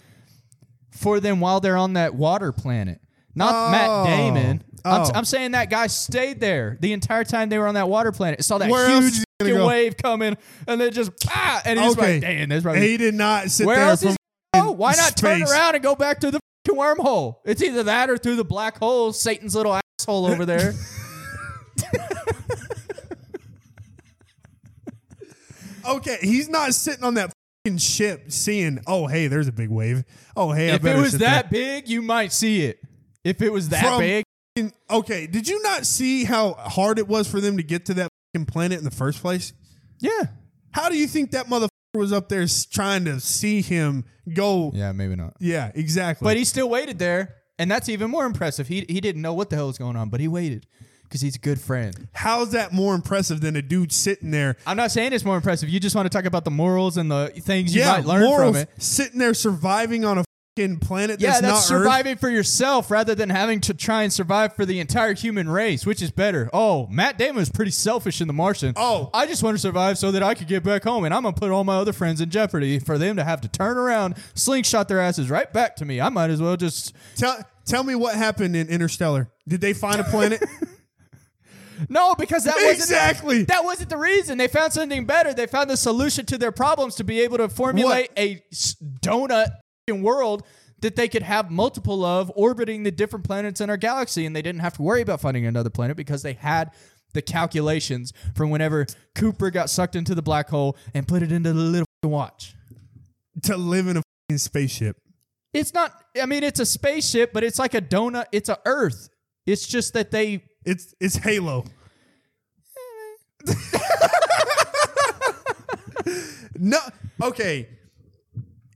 Speaker 1: for them while they're on that water planet. Not
Speaker 2: Oh.
Speaker 1: Matt Damon.
Speaker 2: Oh.
Speaker 1: I'm, I'm saying that guy stayed there the entire time they were on that water planet. Saw that
Speaker 2: Where else is
Speaker 1: huge
Speaker 2: he gonna
Speaker 1: fucking
Speaker 2: go?
Speaker 1: wave coming, and then just ah, and he's
Speaker 2: Okay.
Speaker 1: like, "Damn, there's probably
Speaker 2: He did not sit
Speaker 1: Where
Speaker 2: there
Speaker 1: else
Speaker 2: from
Speaker 1: is he go? Why not turn
Speaker 2: space.
Speaker 1: around and go back to the f***ing wormhole? It's either that or through the black hole, Satan's little asshole over there.
Speaker 2: Okay, he's not sitting on that fing ship seeing, oh, hey, there's a big wave. Oh, hey, I
Speaker 1: if it
Speaker 2: better
Speaker 1: was
Speaker 2: sit
Speaker 1: that big, you might see it. If it was that
Speaker 2: From-
Speaker 1: big,
Speaker 2: there. Okay, did you not see how hard it was for them to get to that fing planet in the first place?
Speaker 1: yeah,
Speaker 2: How do you think that motherfucker was up there s- trying to see him go? Yeah,
Speaker 1: yeah, maybe not.
Speaker 2: exactly.
Speaker 1: But he still waited there, and that's even more impressive. He he didn't know what the hell was going on, but he waited because he's a good friend.
Speaker 2: How's that more impressive than a dude sitting there?
Speaker 1: I'm not saying it's more impressive. You just want to talk about the morals and the things you
Speaker 2: yeah,
Speaker 1: might learn
Speaker 2: morals,
Speaker 1: from it.
Speaker 2: sitting there surviving on a fing planet
Speaker 1: Yeah,
Speaker 2: that's,
Speaker 1: that's,
Speaker 2: not Earth.
Speaker 1: surviving for yourself rather than having to try and survive for the entire human race, which is better. Oh, Matt Damon was pretty selfish in The Martian.
Speaker 2: Oh.
Speaker 1: I just want to survive so that I could get back home, and I'm gonna put all my other friends in jeopardy for them to have to turn around, slingshot their asses right back to me. I might as well just
Speaker 2: Tell, tell me what happened in Interstellar. Did they find a planet?
Speaker 1: no, because that wasn't
Speaker 2: exactly.
Speaker 1: that wasn't the reason. They found something better. They found the solution to their problems to be able to formulate a s- donut f***ing world that they could have multiple of orbiting the different planets in our galaxy, and they didn't have to worry about finding another planet because they had the calculations from whenever Cooper got sucked into the black hole and put it into the little f***ing watch.
Speaker 2: to live in a fing spaceship.
Speaker 1: It's not. I mean, it's a spaceship, but it's like a donut. It's a Earth. It's just that they
Speaker 2: It's it's Halo. no, okay.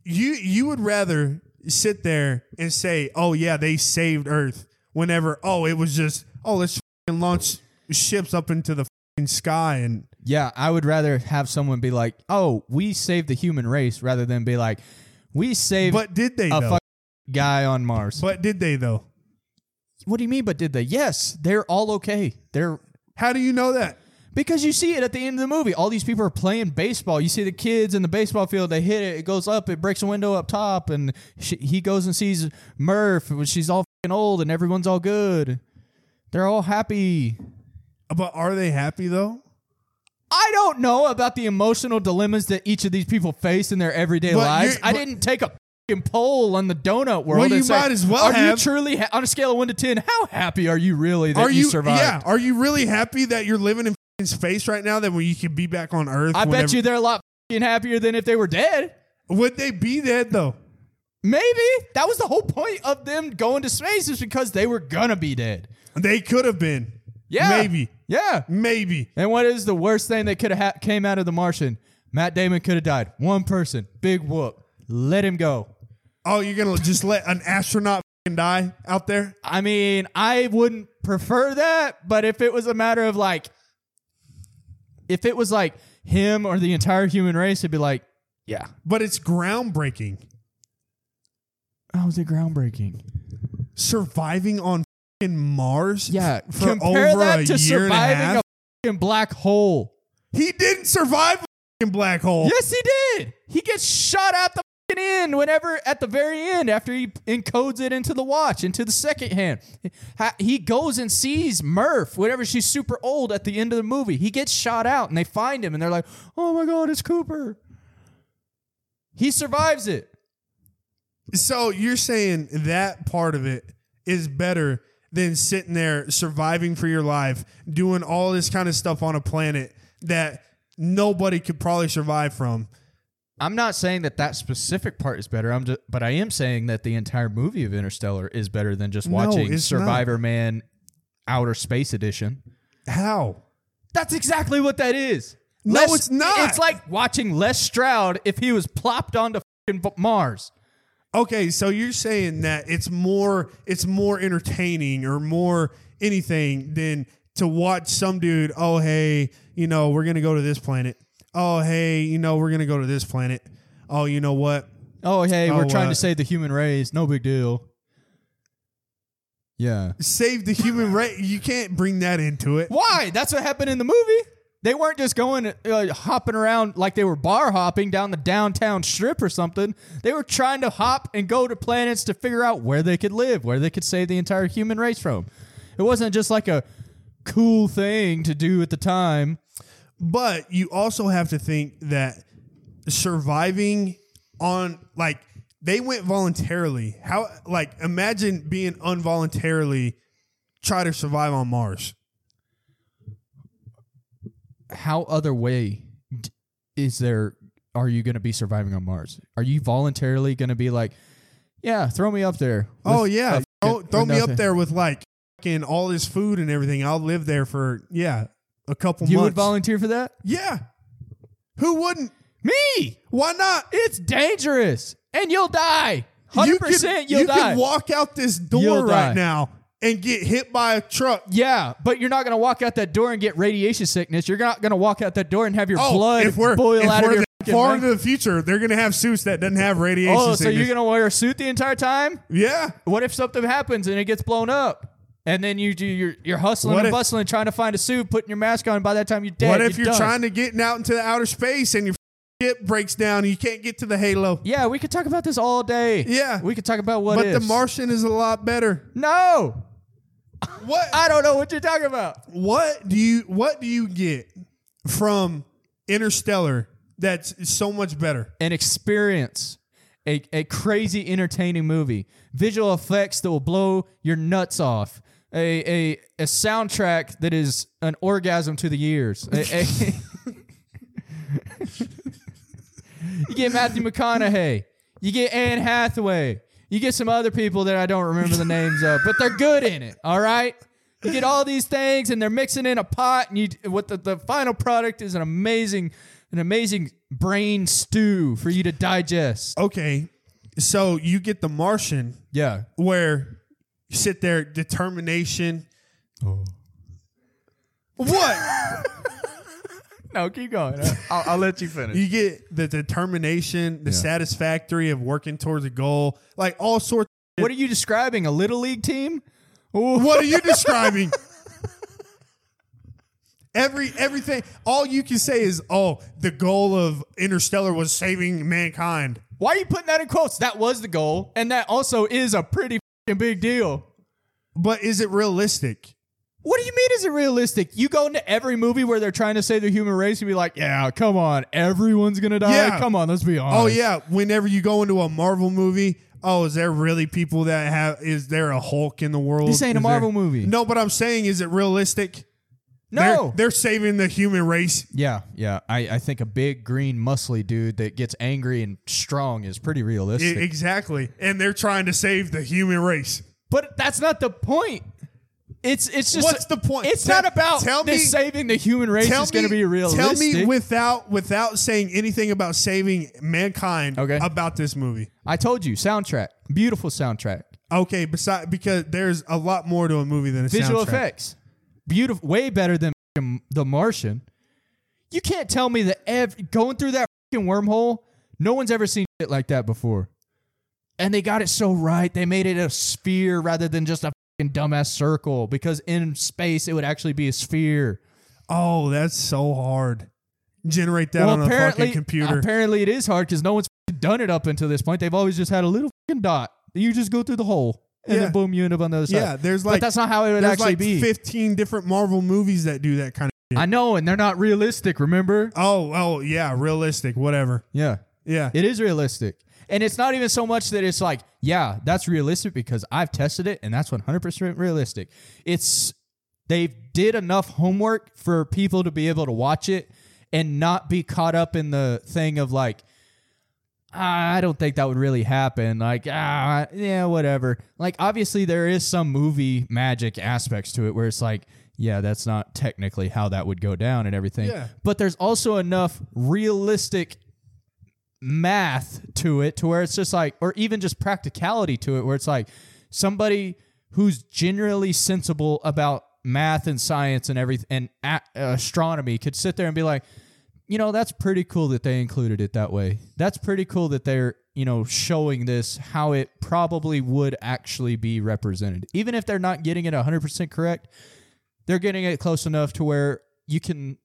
Speaker 2: You you would rather sit there and say, "Oh yeah, they saved Earth." Whenever, oh, it was just, oh, let's fing launch ships up into the fing sky and
Speaker 1: Yeah, I would rather have someone be like, "Oh, we saved the human race," rather than be like, "We saved
Speaker 2: but did they
Speaker 1: a
Speaker 2: though?
Speaker 1: fuck guy on Mars."
Speaker 2: but did they though?
Speaker 1: what do you mean? But did they? Yes, they're all okay. They're
Speaker 2: How do you know that?
Speaker 1: Because you see it at the end of the movie. All these people are playing baseball. You see the kids in the baseball field. They hit it. It goes up. It breaks a window up top. And she, he goes and sees Murph. when She's all fing old and everyone's all good. They're all happy.
Speaker 2: But are they happy though?
Speaker 1: I don't know about the emotional dilemmas that each of these people face in their everyday
Speaker 2: But
Speaker 1: lives.
Speaker 2: you're-
Speaker 1: I
Speaker 2: but-
Speaker 1: didn't take a fing poll on the donut world.
Speaker 2: Well, you
Speaker 1: and say,
Speaker 2: might as well
Speaker 1: Are
Speaker 2: have.
Speaker 1: you truly ha- on a scale of one to ten? How happy are you really that
Speaker 2: are
Speaker 1: you,
Speaker 2: you,
Speaker 1: survived?
Speaker 2: Yeah. Are you really happy that you're living in f***ing space right now? That when you could be back on Earth,
Speaker 1: I bet
Speaker 2: whenever-
Speaker 1: you they're a lot fing happier than if they were dead.
Speaker 2: Would they be dead though?
Speaker 1: Maybe that was the whole point of them going to space is because they were gonna be dead.
Speaker 2: They could have been.
Speaker 1: Yeah,
Speaker 2: Maybe.
Speaker 1: Yeah.
Speaker 2: Maybe.
Speaker 1: And what is the worst thing that could have ha- came out of The Martian? Matt Damon could have died. One person, big whoop. Let him go.
Speaker 2: Oh, you're gonna just let an astronaut f***ing die out there?
Speaker 1: I mean, I wouldn't prefer that, but if it was a matter of like, if it was like him or the entire human race, it'd be like, yeah,
Speaker 2: But it's groundbreaking.
Speaker 1: that "Oh, was it groundbreaking.
Speaker 2: Surviving on f***ing Mars.
Speaker 1: Yeah,
Speaker 2: f- For
Speaker 1: compare
Speaker 2: over
Speaker 1: that
Speaker 2: a
Speaker 1: to
Speaker 2: year and a
Speaker 1: surviving
Speaker 2: half.
Speaker 1: a fucking black hole.
Speaker 2: he didn't survive a f***ing black hole.
Speaker 1: Yes, he did. He gets shot out the fucking end whenever at the very end after he encodes it into the watch, into the second hand. Ha- He goes and sees Murph whenever she's super old at the end of the movie. He gets shot out and they find him and they're like, "Oh my god, it's Cooper." He survives it.
Speaker 2: So you're saying that part of it is better than sitting there surviving for your life, doing all this kind of stuff on a planet that nobody could probably survive from.
Speaker 1: I'm not saying that that specific part is better. I'm just, but I am saying that the entire movie of Interstellar is better than just
Speaker 2: No,
Speaker 1: watching
Speaker 2: it's not.
Speaker 1: Survivor Man Outer Space Edition.
Speaker 2: How?
Speaker 1: That's exactly what that is.
Speaker 2: No, it's not.
Speaker 1: It's like watching Les Stroud if he was plopped onto fing Mars.
Speaker 2: Okay, so you're saying that it's more it's more entertaining or more anything than to watch some dude, oh hey, you know, we're gonna go to this planet. Oh hey, you know, we're gonna go to this planet. Oh, you know what?
Speaker 1: Oh, hey,
Speaker 2: Oh,
Speaker 1: we're trying
Speaker 2: uh,
Speaker 1: to save the human race. No big deal. Yeah.
Speaker 2: Save the human race. You can't bring that into it.
Speaker 1: Why? That's what happened in the movie. They weren't just going uh, hopping around like they were bar hopping down the downtown strip or something. They were trying to hop and go to planets to figure out where they could live, where they could save the entire human race from. It wasn't just like a cool thing to do at the time.
Speaker 2: But you also have to think that surviving on like they went voluntarily. How like imagine being involuntarily try to survive on Mars.
Speaker 1: how other way d- is there are you going to be surviving on mars are you voluntarily going to be like yeah throw me up there with
Speaker 2: oh yeah.
Speaker 1: a
Speaker 2: Throw,
Speaker 1: fucking-
Speaker 2: throw
Speaker 1: with
Speaker 2: me up
Speaker 1: nothing."
Speaker 2: there with like fucking all this food and everything. I'll live there for yeah, a couple
Speaker 1: you
Speaker 2: months.
Speaker 1: would volunteer for that
Speaker 2: yeah. Who wouldn't?
Speaker 1: me
Speaker 2: Why not?
Speaker 1: it's dangerous and you'll die 100%
Speaker 2: You
Speaker 1: you
Speaker 2: could-
Speaker 1: will
Speaker 2: you
Speaker 1: die
Speaker 2: could walk out this door
Speaker 1: You'll
Speaker 2: right
Speaker 1: die.
Speaker 2: now and get hit by a truck.
Speaker 1: yeah, but you're not gonna walk out that door and get radiation sickness. You're not gonna walk out that door and have your
Speaker 2: Oh,
Speaker 1: blood
Speaker 2: if we're,
Speaker 1: boil
Speaker 2: if
Speaker 1: out of
Speaker 2: we're
Speaker 1: your
Speaker 2: that
Speaker 1: fucking
Speaker 2: far
Speaker 1: veins.
Speaker 2: into the future, they're gonna have suits that doesn't have radiation.
Speaker 1: Oh, so
Speaker 2: sickness.
Speaker 1: you're gonna wear a suit the entire time?
Speaker 2: yeah.
Speaker 1: What if something happens and it gets blown up? And then you do you're, you're hustling
Speaker 2: What
Speaker 1: and
Speaker 2: if-
Speaker 1: bustling, trying to find a suit, putting your mask on. And by that time, you're dead.
Speaker 2: what if
Speaker 1: you're
Speaker 2: you're
Speaker 1: done.
Speaker 2: trying to get out into the outer space and your ship breaks down and you can't get to the halo?
Speaker 1: Yeah, we could talk about this all day.
Speaker 2: Yeah.
Speaker 1: we could talk about what.
Speaker 2: but the
Speaker 1: ifs.
Speaker 2: Martian is a lot better.
Speaker 1: No,
Speaker 2: What
Speaker 1: I don't know what you're talking about.
Speaker 2: what do you what do you get from Interstellar that's so much better?
Speaker 1: An experience, a a crazy entertaining movie, visual effects that will blow your nuts off. A, a, a soundtrack that is an orgasm to the ears. A- a- You get Matthew McConaughey. You get Anne Hathaway. You get some other people that I don't remember the names of, but they're good in it. All right. You get all these things, and they're mixing in a pot, and you what the, the final product is an amazing, an amazing brain stew for you to digest.
Speaker 2: Okay, so you get the Martian
Speaker 1: Yeah.
Speaker 2: where you sit there determination. What?
Speaker 1: No, keep going. I'll, I'll let you finish.
Speaker 2: You get the determination, the
Speaker 1: Yeah.
Speaker 2: satisfactory of working towards a goal, like all sorts.
Speaker 1: What are you describing? A little league team?
Speaker 2: What are you describing? Every everything, all you can say is, "Oh, the goal of Interstellar was saving mankind."
Speaker 1: Why are you putting that in quotes? That was the goal, and that also is a pretty fing big deal.
Speaker 2: But is it realistic?
Speaker 1: What do you mean? Is it realistic? You go into every movie where they're trying to save the human race and be like, "Yeah, come on, everyone's gonna die.
Speaker 2: Yeah.
Speaker 1: Come on, let's be honest."
Speaker 2: Oh yeah, whenever you go into a Marvel movie, oh, is there really people that have? Is there a Hulk in the world?
Speaker 1: This ain't a
Speaker 2: Is
Speaker 1: Marvel
Speaker 2: there-
Speaker 1: movie.
Speaker 2: No, but I'm saying, is it realistic? They're-
Speaker 1: no.
Speaker 2: they're, saving the human race.
Speaker 1: yeah, yeah. I, I think a big green muscly dude that gets angry and strong is pretty
Speaker 2: I-
Speaker 1: realistic.
Speaker 2: E, exactly, and they're trying to save the human race.
Speaker 1: But that's not the point. It's it's just
Speaker 2: What's the point?
Speaker 1: It's
Speaker 2: Tell-
Speaker 1: not about
Speaker 2: tell
Speaker 1: this
Speaker 2: me-
Speaker 1: saving the human race is going to be realistic.
Speaker 2: Tell me without without saying anything about saving mankind
Speaker 1: Okay.
Speaker 2: about this movie.
Speaker 1: I told you, soundtrack, beautiful soundtrack,
Speaker 2: Okay, beside because there's a lot more to a movie than a
Speaker 1: visual
Speaker 2: soundtrack.
Speaker 1: effects, beautiful, way better than f***ing The Martian. You can't tell me that ev- going through that fucking wormhole, no one's ever seen shit like that before, and they got it so right. They made it a sphere rather than just a fucking dumbass circle because in space it would actually be a sphere.
Speaker 2: Oh, that's so hard. Generate that on a fucking computer.
Speaker 1: Apparently, it is hard because no one's f***ing done it up until this point. They've always just had a little fucking dot. You just go through the hole, and
Speaker 2: Yeah.
Speaker 1: then boom, you end up on the other side.
Speaker 2: yeah, there's
Speaker 1: but
Speaker 2: like
Speaker 1: that's not how it would
Speaker 2: there's
Speaker 1: actually
Speaker 2: like
Speaker 1: be.
Speaker 2: 15 different Marvel movies that do that kind of.
Speaker 1: I
Speaker 2: Shit.
Speaker 1: know, and they're not realistic. Remember?
Speaker 2: Oh, oh yeah, realistic, whatever.
Speaker 1: Yeah,
Speaker 2: Yeah,
Speaker 1: it is realistic, and it's not even so much that it's like, yeah, that's realistic because I've tested it, and that's one hundred percent realistic. It's they did enough homework for people to be able to watch it and not be caught up in the thing of like I don't think that would really happen. Like, ah, yeah, whatever. Like, obviously, there is some movie magic aspects to it where it's like, yeah, that's not technically how that would go down and everything.
Speaker 2: Yeah.
Speaker 1: But there's also enough realistic math to it to where it's just like, or even just practicality to it where it's like somebody who's generally sensible about math and science and everything and a- astronomy could sit there and be like, you know that's pretty cool that they included it that way that's pretty cool that they're you know showing this how it probably would actually be represented even if they're not getting it 100% correct they're getting it close enough to where you can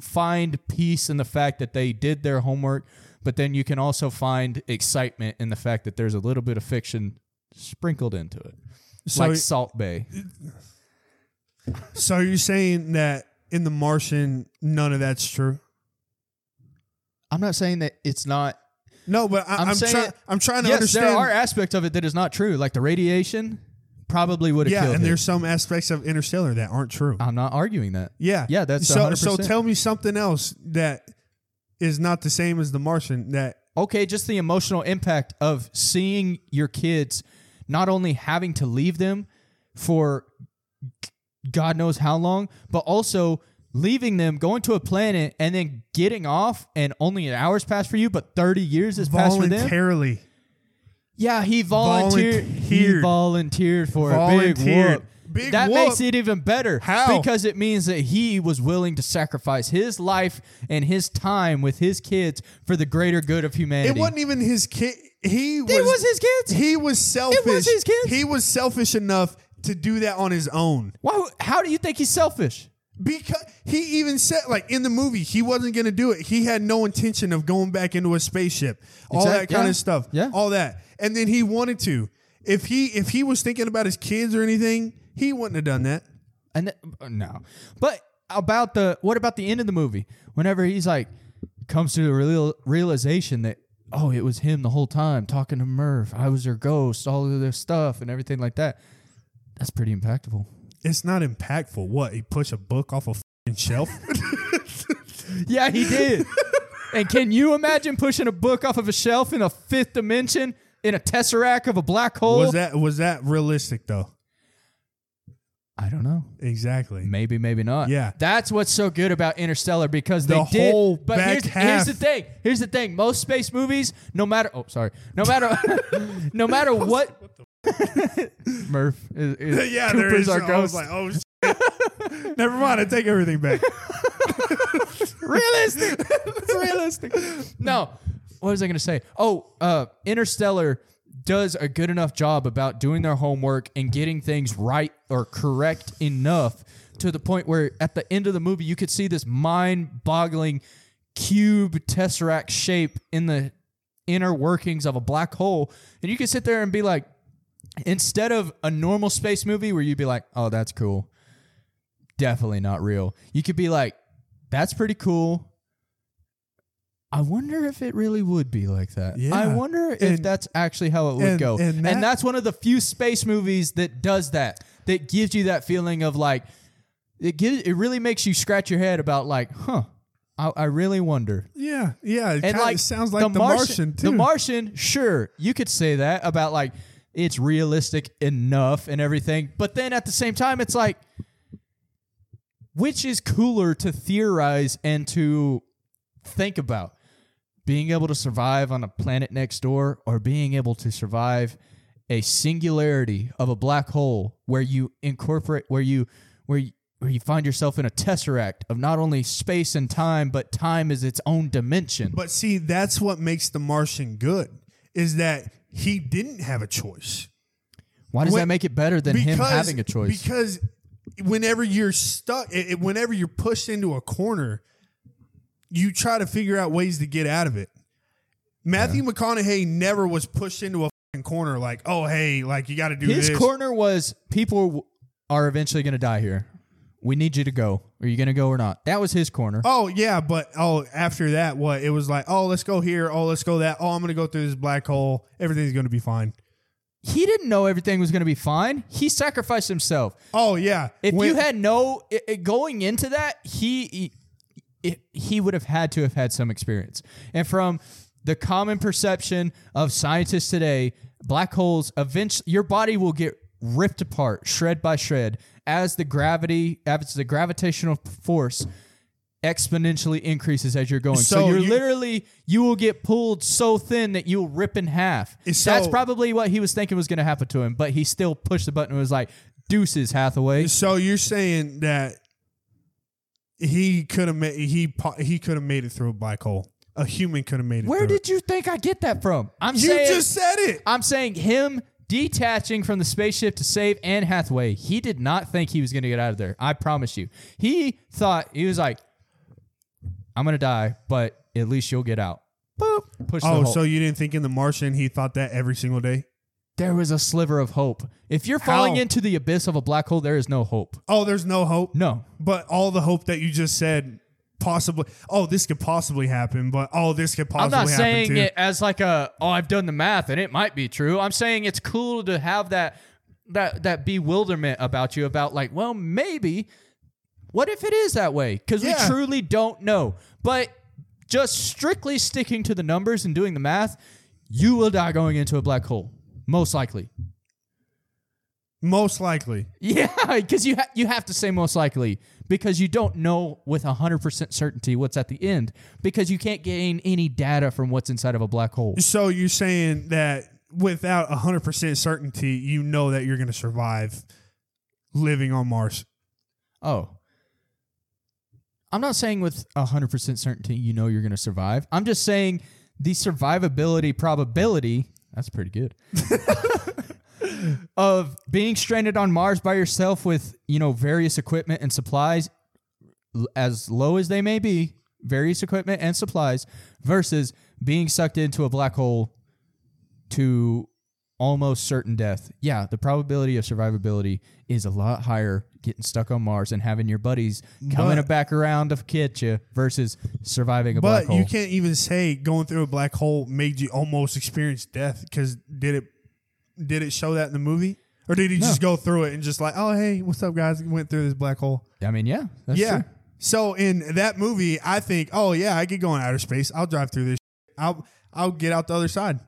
Speaker 1: find peace in the fact that they did their homework but then you can also find excitement in the fact that there's a little bit of fiction sprinkled into it
Speaker 2: So-
Speaker 1: like salt bay
Speaker 2: So you're saying that in The Martian, none of that's true?
Speaker 1: i'm not saying that it's not
Speaker 2: No, but I,
Speaker 1: I'm
Speaker 2: I'm,
Speaker 1: saying-
Speaker 2: trying. I'm trying to
Speaker 1: yes,
Speaker 2: understand.
Speaker 1: there are aspects of it that is not true. Like the radiation probably would have
Speaker 2: yeah,
Speaker 1: killed
Speaker 2: and
Speaker 1: him.
Speaker 2: there's some aspects of Interstellar that aren't true.
Speaker 1: I'm not arguing that.
Speaker 2: yeah,
Speaker 1: Uh, yeah, that's
Speaker 2: so. So
Speaker 1: 100%.
Speaker 2: tell me something else that is not the same as The Martian. That
Speaker 1: Okay, just the emotional impact of seeing your kids not only having to leave them for g- God knows how long, but also leaving them, going to a planet, and then getting off, and only an hour's passed for you, but 30 years has passed for them.
Speaker 2: voluntarily.
Speaker 1: Yeah, he volunteered. He
Speaker 2: Volunteered.
Speaker 1: volunteered for a big
Speaker 2: Volunteered.
Speaker 1: whoop.
Speaker 2: Big
Speaker 1: that
Speaker 2: whoop.
Speaker 1: makes it even better.
Speaker 2: How?
Speaker 1: Because it means that he was willing to sacrifice his life and his time with his kids for the greater good of humanity.
Speaker 2: It wasn't even his kid. He was,
Speaker 1: It was his kids.
Speaker 2: He was selfish.
Speaker 1: his kids.
Speaker 2: He was selfish enough to do that on his own.
Speaker 1: Why? How do you think he's selfish?
Speaker 2: Because he even said, like in the movie, he wasn't going to do it. He had no intention of going back into a spaceship, all
Speaker 1: Exact-
Speaker 2: that kind
Speaker 1: yeah.
Speaker 2: of stuff,
Speaker 1: Yeah.
Speaker 2: all that. And then he wanted to. If he if he was thinking about his kids or anything, he wouldn't have done that.
Speaker 1: And th- uh, no, but about the what about the end of the movie? Whenever he's like comes to the real, realization that oh, it was him the whole time talking to Merv. I was her ghost, all of this stuff and everything like that. That's pretty impactful.
Speaker 2: It's not impactful. What he pushed a book off a fing shelf.
Speaker 1: Yeah, he did. and can you imagine pushing a book off of a shelf in a fifth dimension in a tesseract of a black hole?
Speaker 2: was that was that realistic though?
Speaker 1: I don't know.
Speaker 2: Exactly.
Speaker 1: Maybe, maybe not.
Speaker 2: Yeah.
Speaker 1: that's what's so good about Interstellar because they
Speaker 2: The
Speaker 1: did.
Speaker 2: whole
Speaker 1: but
Speaker 2: back
Speaker 1: here's,
Speaker 2: half.
Speaker 1: here's the thing. Here's the thing. Most space movies, no matter. Oh, sorry. No matter. no matter what. Murph is, is
Speaker 2: yeah, there
Speaker 1: Cooper's
Speaker 2: is.
Speaker 1: our
Speaker 2: I was
Speaker 1: ghost.
Speaker 2: like, oh, shit. never mind. I take everything back.
Speaker 1: realistic. it's realistic. No. What was I going to say? Oh, uh, Interstellar does a good enough job about doing their homework and getting things right or correct enough to the point where at the end of the movie you could see this mind-boggling cube tesseract shape in the inner workings of a black hole and you could sit there and be like instead of a normal space movie where you'd be like oh that's cool definitely not real you could be like that's pretty cool I wonder if it really would be like that.
Speaker 2: Yeah.
Speaker 1: I wonder if
Speaker 2: And-
Speaker 1: that's actually how it would
Speaker 2: and-
Speaker 1: go.
Speaker 2: and that-
Speaker 1: and that's one of the few space movies that does that. That gives you that feeling of like it gives it really makes you scratch your head about like, huh, I, I really wonder.
Speaker 2: Yeah, yeah. It
Speaker 1: And
Speaker 2: kinda
Speaker 1: like
Speaker 2: sounds like the, Martian, too.
Speaker 1: The Martian, sure, you could say that about like it's realistic enough and everything, but then at the same time, it's like which is cooler to theorize and to think about being able to survive on a planet next door or being able to survive a singularity of a black hole where you incorporate where you where you, where you find yourself in a tesseract of not only space and time but time is its own dimension
Speaker 2: But see, that's what makes the Martian good is that he didn't have a choice.
Speaker 1: Why does
Speaker 2: When-
Speaker 1: that make it better than him having a choice?
Speaker 2: Because whenever you're stuck, it, it- whenever you're pushed into a corner, you try to figure out ways to get out of it. Matthew McConaughey never was pushed into a fucking corner like, oh hey, like you got to do
Speaker 1: His
Speaker 2: this.
Speaker 1: corner was people w- are eventually going to die here. We need you to go. Are you going to go or not? That was his corner.
Speaker 2: Oh yeah, but oh after that, what it was like? Oh, let's go here. Oh, let's go that. Oh, I'm gonna go through this black hole. Everything's gonna be fine.
Speaker 1: He didn't know everything was going to be fine. He sacrificed himself.
Speaker 2: Oh yeah.
Speaker 1: If
Speaker 2: When-
Speaker 1: you had no i i- going into that, he he- it, he would have had to have had some experience. And from the common perception of scientists today, black holes eventually your body will get ripped apart, shred by shred, as the gravity as the gravitational force exponentially increases as you're going. So,
Speaker 2: So
Speaker 1: you're
Speaker 2: you-
Speaker 1: literally you will get pulled so thin that you'll rip in half.
Speaker 2: So-
Speaker 1: That's probably what he was thinking was going to happen to him, but he still pushed the button and was like, "Deuces, Hathaway."
Speaker 2: So you're saying that he could have made he po- he could have made it through a black hole. A human could have made it.
Speaker 1: Where
Speaker 2: through
Speaker 1: did you think I get that from? I'm
Speaker 2: it. you
Speaker 1: saying
Speaker 2: just said it?
Speaker 1: I'm saying him detaching from the spaceship to save Anne Hathaway. He did not think he was going to get out of there. I promise you. He thought he was like, I'm going to die, but at least you'll get out. Boop. Push the
Speaker 2: Oh,
Speaker 1: hole.
Speaker 2: so you didn't think in The Martian he thought that every single day?
Speaker 1: there was a sliver of hope. If you're falling
Speaker 2: How?
Speaker 1: into the abyss of a black hole, there is no hope.
Speaker 2: Oh, there's no hope.
Speaker 1: No.
Speaker 2: But all the hope that you just said possibly. Oh, this could possibly happen. But oh, this could
Speaker 1: I'm
Speaker 2: possibly
Speaker 1: not
Speaker 2: happen
Speaker 1: saying
Speaker 2: too.
Speaker 1: it as like a oh I've done the math and it might be true. I'm saying it's cool to have that that that bewilderment about you about like well maybe what if it is that way cuz
Speaker 2: Yeah.
Speaker 1: we truly don't know. But just strictly sticking to the numbers and doing the math, you will die going into a black hole most likely.
Speaker 2: Most likely.
Speaker 1: Yeah, because you ha- you have to say most likely because you don't know with hundred percent certainty what's at the end because you can't gain any data from what's inside of a black hole.
Speaker 2: So you're saying that without 100% certainty, you know that you're going to survive living on Mars.
Speaker 1: Oh. I'm not saying with 100% certainty you know you're going to survive. I'm just saying the survivability probability, that's pretty good, of being stranded on Mars by yourself with, you know, various equipment and supplies, l- as low as they may be, various equipment and supplies, versus being sucked into a black hole to almost certain death. Yeah, the probability of survivability is a lot higher getting stuck on Mars and having your buddies coming
Speaker 2: But-
Speaker 1: back around to get you versus surviving a black
Speaker 2: But
Speaker 1: hole.
Speaker 2: you can't even say going through a black hole made you almost experience death because did it did it show that in the movie or did he just go through it and just like oh hey what's up guys went through this black hole
Speaker 1: I mean, yeah, that's
Speaker 2: yeah
Speaker 1: true.
Speaker 2: so in that movie I think oh yeah I could go in outer space I'll drive through this shit. I'll I'll get out the other side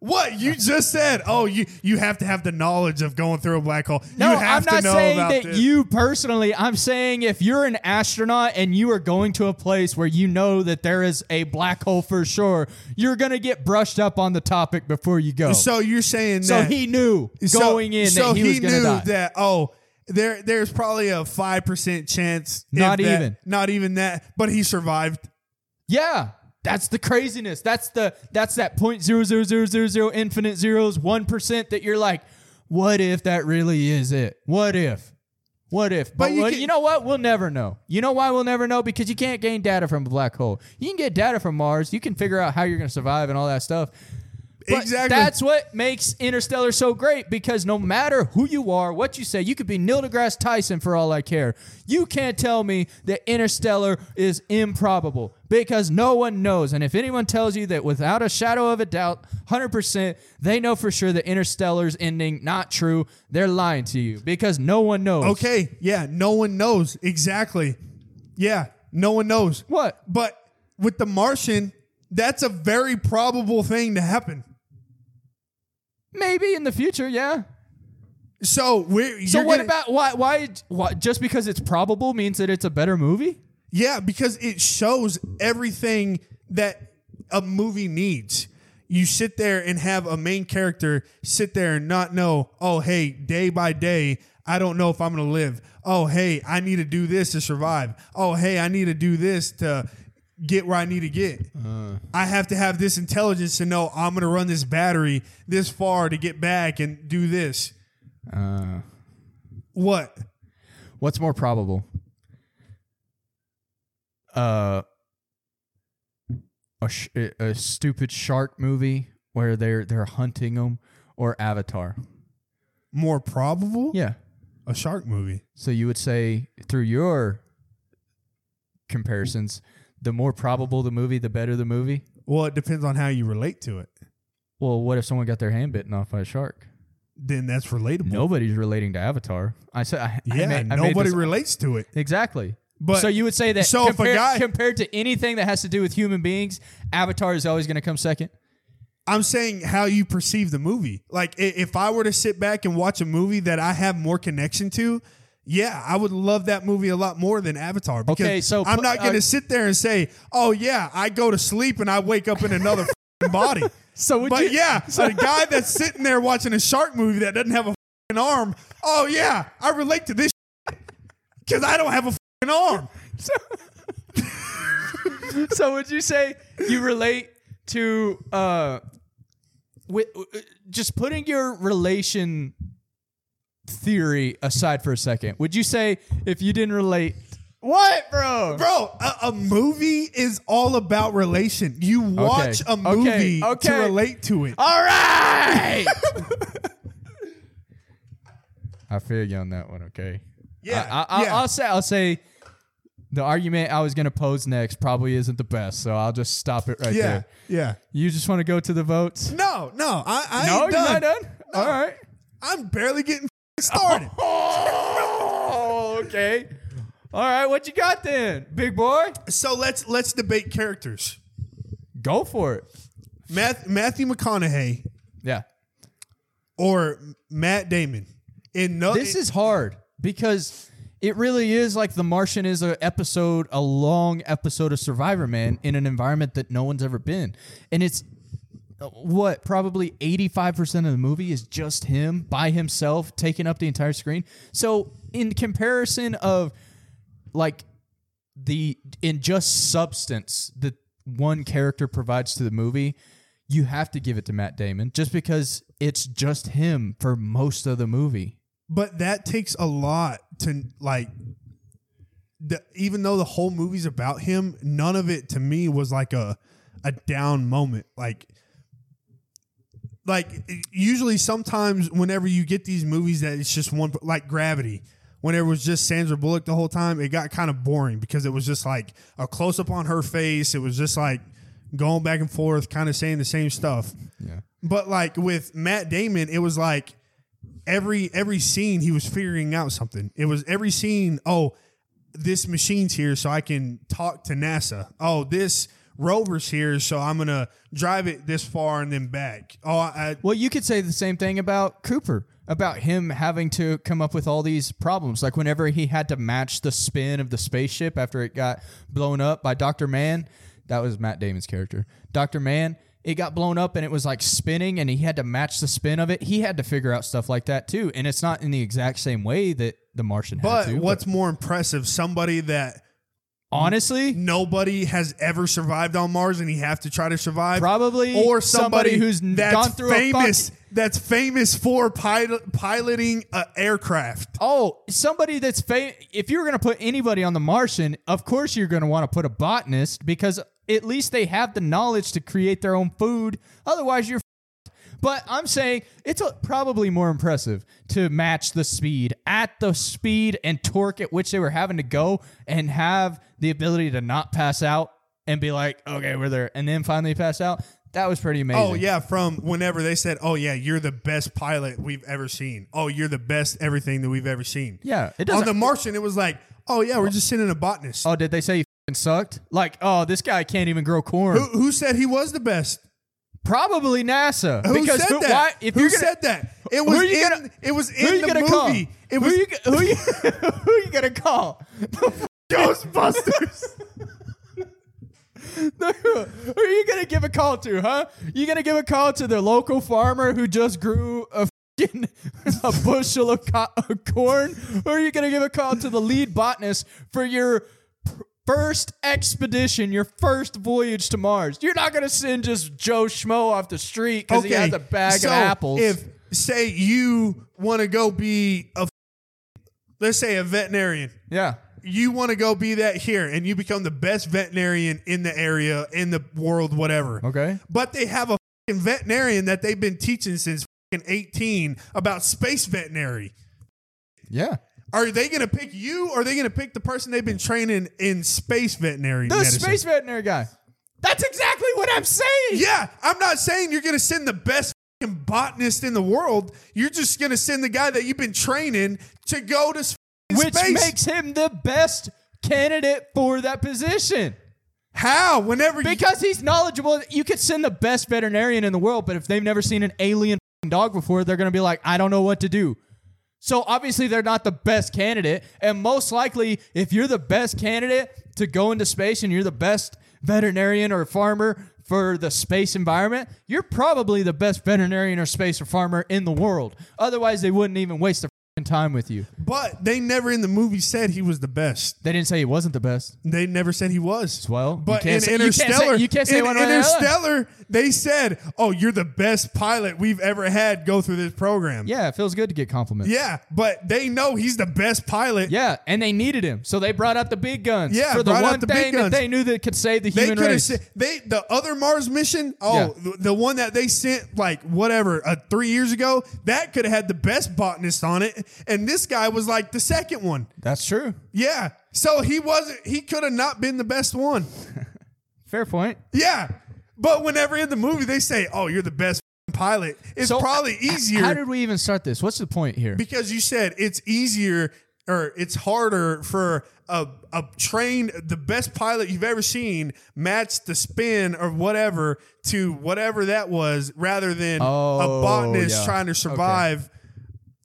Speaker 2: what you just said oh you you have to have the knowledge of going through a black hole
Speaker 1: No,
Speaker 2: you have
Speaker 1: I'm not
Speaker 2: to know
Speaker 1: saying
Speaker 2: about
Speaker 1: that
Speaker 2: this.
Speaker 1: you personally. I'm saying if you're an astronaut and you are going to a place where you know that there is a black hole for sure, you're gonna get brushed up on the topic before you go. So,
Speaker 2: so you're saying that
Speaker 1: he knew
Speaker 2: So-
Speaker 1: going in
Speaker 2: so
Speaker 1: that he, was gonna
Speaker 2: knew
Speaker 1: die.
Speaker 2: that oh there there's probably a five percent chance if
Speaker 1: Not
Speaker 2: that-
Speaker 1: even.
Speaker 2: not even that but he survived
Speaker 1: yeah, that's the craziness. That's the that's that point zero zero zero zero zero infinite zeros one percent that you're like, what if that really is it? What if? What if? But,
Speaker 2: you
Speaker 1: you,
Speaker 2: can-
Speaker 1: you know what? We'll never know. You know why we'll never know? Because you can't gain data from a black hole. You can get data from Mars. You can figure out how you're going to survive and all that stuff. But
Speaker 2: Exactly.
Speaker 1: That's what makes Interstellar so great because no matter who you are, what you say, you could be Neil deGrasse Tyson for all I care. You can't tell me that Interstellar is improbable because no one knows. And if anyone tells you that without a shadow of a doubt, 100%, they know for sure that Interstellar's ending not true, they're lying to you because no one knows.
Speaker 2: Okay, yeah, no one knows exactly. Yeah, no one knows.
Speaker 1: What?
Speaker 2: But with the Martian, that's a very probable thing to happen.
Speaker 1: Maybe in the future, yeah.
Speaker 2: So we.
Speaker 1: So what about why, why why just because it's probable means that it's a better movie?
Speaker 2: Yeah, because it shows everything that a movie needs. You sit there and have a main character sit there and not know, oh, hey, day by day, I don't know if I'm going to live. Oh, hey, I need to do this to survive. Oh, hey, I need to do this to get where I need to get. I have to have this intelligence to know I'm going to run this battery this far to get back and do this. what?
Speaker 1: What's more probable? Uh, a, sh- a a stupid shark movie where they're they're hunting them, or Avatar.
Speaker 2: More probable?
Speaker 1: Yeah.
Speaker 2: A shark movie.
Speaker 1: So you would say through your comparisons, the more probable the movie, the better the movie.
Speaker 2: Well, it depends on how you relate to it.
Speaker 1: Well, what if someone got their hand bitten off by a shark?
Speaker 2: Then that's relatable.
Speaker 1: Nobody's relating to Avatar. I said, I, I
Speaker 2: Yeah,
Speaker 1: made- I made
Speaker 2: nobody
Speaker 1: this-
Speaker 2: relates to it.
Speaker 1: Exactly.
Speaker 2: But-
Speaker 1: But so you would say that
Speaker 2: so if a
Speaker 1: compared,
Speaker 2: guy-
Speaker 1: compared to anything that has to do with human beings, Avatar is always going to come second.
Speaker 2: I'm saying how you perceive the movie. Like i- if I were to sit back and watch a movie that I have more connection to, yeah, I would love that movie a lot more than Avatar. Because
Speaker 1: Okay, so
Speaker 2: I'm
Speaker 1: pu-
Speaker 2: not going to
Speaker 1: uh,
Speaker 2: sit there and say, "Oh yeah, I go to sleep and I wake up in another f***ing body."
Speaker 1: So would
Speaker 2: but
Speaker 1: you-
Speaker 2: yeah, so the guy that's sitting there watching a shark movie that doesn't have a f***ing arm, oh yeah, I relate to this because I don't have a f***ing arm.
Speaker 1: So would you say you relate to uh, wi- w- just putting your relation theory aside for a second? Would you say if you didn't relate, what, bro?
Speaker 2: Bro, a, a movie is all about relation. You watch a
Speaker 1: Okay,
Speaker 2: movie to
Speaker 1: okay.
Speaker 2: relate to it.
Speaker 1: All right. I feel you on that one. Okay.
Speaker 2: Yeah,
Speaker 1: I, I,
Speaker 2: yeah.
Speaker 1: I'll, I'll say. I'll say. The argument I was going to pose next probably isn't the best, so I'll just stop it right
Speaker 2: yeah,
Speaker 1: there.
Speaker 2: yeah.
Speaker 1: You just want to go to the votes?
Speaker 2: No, no, I, I
Speaker 1: no,
Speaker 2: ain't
Speaker 1: you're
Speaker 2: done.
Speaker 1: not done. All right.
Speaker 2: I'm barely getting started.
Speaker 1: Oh, okay. All right. What you got then, big boy?
Speaker 2: so let's let's debate characters.
Speaker 1: Go for it.
Speaker 2: Math, Matthew McConaughey
Speaker 1: Yeah.
Speaker 2: or Matt Damon. In no,
Speaker 1: This is hard because it really is like The Martian is a episode, a long episode of Survivor Man in an environment that no one's ever been, and it's uh, what probably eighty five percent of the movie is just him by himself taking up the entire screen. So in comparison of like the in just substance that one character provides to the movie, you have to give it to Matt Damon just because it's just him for most of the movie.
Speaker 2: but that takes a lot to like. The, even though the whole movie's about him, none of it to me was like a a down moment. Like like usually sometimes whenever you get these movies that it's just one like gravity whenever it was just sandra bullock the whole time it got kind of boring because it was just like a close-up on her face it was just like going back and forth kind of saying the same stuff
Speaker 1: Yeah.
Speaker 2: but like with matt damon it was like every every scene he was figuring out something it was every scene oh this machine's here so I can talk to NASA. Oh, this rover's here so I'm going to drive it this far and then back. Oh, I,
Speaker 1: Well, you could say the same thing about Cooper, about him having to come up with all these problems. Like whenever he had to match the spin of the spaceship after it got blown up by Dr. Man, that was Matt Damon's character. Dr. Man, it got blown up and it was like spinning and he had to match the spin of it. He had to figure out stuff like that too. And it's not in the exact same way that the Martian
Speaker 2: but
Speaker 1: had to.
Speaker 2: what's more impressive, somebody that
Speaker 1: Honestly,
Speaker 2: Nobody has ever survived on Mars, and you have to try to survive.
Speaker 1: Probably
Speaker 2: or somebody,
Speaker 1: somebody who's n-
Speaker 2: that's
Speaker 1: gone through a
Speaker 2: famous that's famous for pilot, piloting a aircraft.
Speaker 1: oh, somebody that's fa- if you were going to put anybody on the Martian, of course you're going to want to put a botanist because at least they have the knowledge to create their own food. Otherwise, you're f***ed. but I'm saying it's a, probably more impressive to match the speed at the speed and torque at which they were having to go and have the ability to not pass out and be like, okay, we're there, and then finally pass out. That was pretty amazing.
Speaker 2: Oh yeah, from whenever they said, "Oh yeah, you're the best pilot we've ever seen." Oh, you're the best everything that we've ever seen.
Speaker 1: yeah. It
Speaker 2: On
Speaker 1: doesn't
Speaker 2: the Martian, it was like, "Oh yeah, we're just sending a botanist."
Speaker 1: Oh, did they say he fing sucked? Like, oh, this guy can't even grow corn.
Speaker 2: who, who said he was the best?
Speaker 1: Probably NASA.
Speaker 2: Who
Speaker 1: because
Speaker 2: said
Speaker 1: who,
Speaker 2: that?
Speaker 1: Why, if
Speaker 2: who
Speaker 1: you're gonna,
Speaker 2: said that? It
Speaker 1: Who
Speaker 2: was
Speaker 1: are you
Speaker 2: in.
Speaker 1: gonna-
Speaker 2: it was
Speaker 1: Who are
Speaker 2: in
Speaker 1: you
Speaker 2: the
Speaker 1: gonna
Speaker 2: movie.
Speaker 1: call?
Speaker 2: It
Speaker 1: who
Speaker 2: was
Speaker 1: you, who you, who you gonna call?
Speaker 2: Ghostbusters.
Speaker 1: who are you gonna give a call to? Huh? You gonna give a call to the local farmer who just grew a fing a bushel of, co- of corn, or are you gonna give a call to the lead botanist for your? pr- First expedition, your first voyage to Mars. You're not gonna send just Joe Schmo off the street because he has a bag
Speaker 2: so
Speaker 1: of apples.
Speaker 2: If say you want to go be a, f- let's say a veterinarian,
Speaker 1: yeah,
Speaker 2: you want to go be that here, and you become the best veterinarian in the area, in the world, whatever.
Speaker 1: okay.
Speaker 2: But they have a f***ing veterinarian that they've been teaching since f***ing eighteen about space veterinary.
Speaker 1: Yeah.
Speaker 2: Are they going to pick you? Or are they going to pick the person they've been training in space veterinary
Speaker 1: The
Speaker 2: medicine?
Speaker 1: space veterinary guy. That's exactly what I'm saying.
Speaker 2: Yeah, I'm not saying you're going to send the best f***ing botanist in the world. You're just going to send the guy that you've been training to go to s-
Speaker 1: Which
Speaker 2: space.
Speaker 1: makes him the best candidate for that position.
Speaker 2: How? Whenever you.
Speaker 1: Because he's knowledgeable. You could send the best veterinarian in the world, but if they've never seen an alien f***ing dog before, they're going to be like, I don't know what to do. So obviously, they're not the best candidate. And most likely, if you're the best candidate to go into space and you're the best veterinarian or farmer for the space environment, you're probably the best veterinarian or space or farmer in the world. Otherwise, they wouldn't even waste their f***ing time with you.
Speaker 2: But they never in the movie said he was the best.
Speaker 1: They didn't say he wasn't the best.
Speaker 2: They never said he was.
Speaker 1: Well, you
Speaker 2: But
Speaker 1: can't
Speaker 2: in
Speaker 1: say- you can't say-
Speaker 2: Interstellar,
Speaker 1: you can't say
Speaker 2: in
Speaker 1: one or the other.
Speaker 2: Interstellar, they said, "Oh, you're the best pilot we've ever had go through this program."
Speaker 1: Yeah, it feels good to get compliments.
Speaker 2: Yeah, but they know he's the best pilot.
Speaker 1: Yeah, and they needed him, so they brought out the big guns.
Speaker 2: Yeah,
Speaker 1: for the
Speaker 2: brought out
Speaker 1: one
Speaker 2: the big
Speaker 1: thing that
Speaker 2: guns.
Speaker 1: they knew that could save the
Speaker 2: They
Speaker 1: human
Speaker 2: could have
Speaker 1: race.
Speaker 2: said they the other Mars mission. Oh,
Speaker 1: Yeah.
Speaker 2: the, the one that they sent like whatever uh, three years ago. That could have had the best botanist on it, and this guy was like the second one.
Speaker 1: That's true.
Speaker 2: Yeah, so he wasn't. He could have not been the best one.
Speaker 1: Fair point.
Speaker 2: Yeah, but whenever in the movie they say, "Oh, you're the best pilot," it's
Speaker 1: So,
Speaker 2: probably easier.
Speaker 1: How did we even start this? What's the point here?
Speaker 2: because you said it's easier or it's harder for a, a trained the best pilot you've ever seen match the spin or whatever to whatever that was rather than
Speaker 1: Oh,
Speaker 2: a botanist
Speaker 1: yeah.
Speaker 2: trying to survive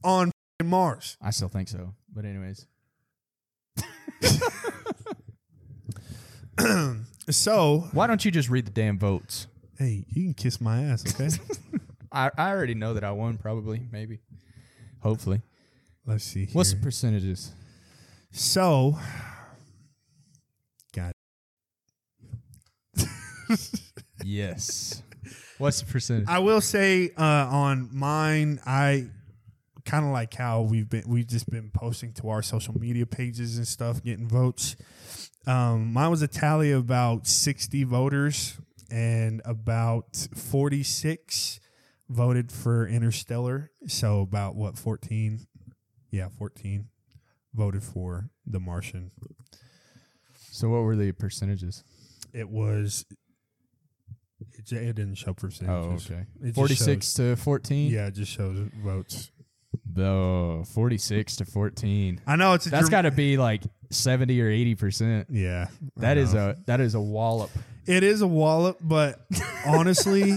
Speaker 2: on f***ing Mars.
Speaker 1: I still think so, but anyways,
Speaker 2: So
Speaker 1: why don't you just read the damn votes?
Speaker 2: hey, you can kiss my ass, okay?
Speaker 1: I, I already know that I won, probably, maybe, hopefully.
Speaker 2: Let's see.
Speaker 1: What's the
Speaker 2: here.
Speaker 1: percentages?
Speaker 2: so God
Speaker 1: Yes. What's the percentage?
Speaker 2: I will say uh, on mine, I kind of like how we've been we've just been posting to our social media pages and stuff, getting votes. Um, mine was a tally of about sixty voters, and about forty six voted for Interstellar. So about what fourteen? Yeah, fourteen voted for The Martian.
Speaker 1: So what were the percentages?
Speaker 2: It was. It, j- it didn't show percentages. It just
Speaker 1: Oh, Forty-six
Speaker 2: shows-
Speaker 1: to fourteen.
Speaker 2: yeah, it just shows votes.
Speaker 1: Oh, 46 to fourteen.
Speaker 2: I know it's a
Speaker 1: That's
Speaker 2: dr-
Speaker 1: got to be like seventy or eighty percent.
Speaker 2: Yeah.
Speaker 1: That
Speaker 2: I
Speaker 1: is
Speaker 2: know.
Speaker 1: a that is a wallop.
Speaker 2: it is a wallop, but honestly,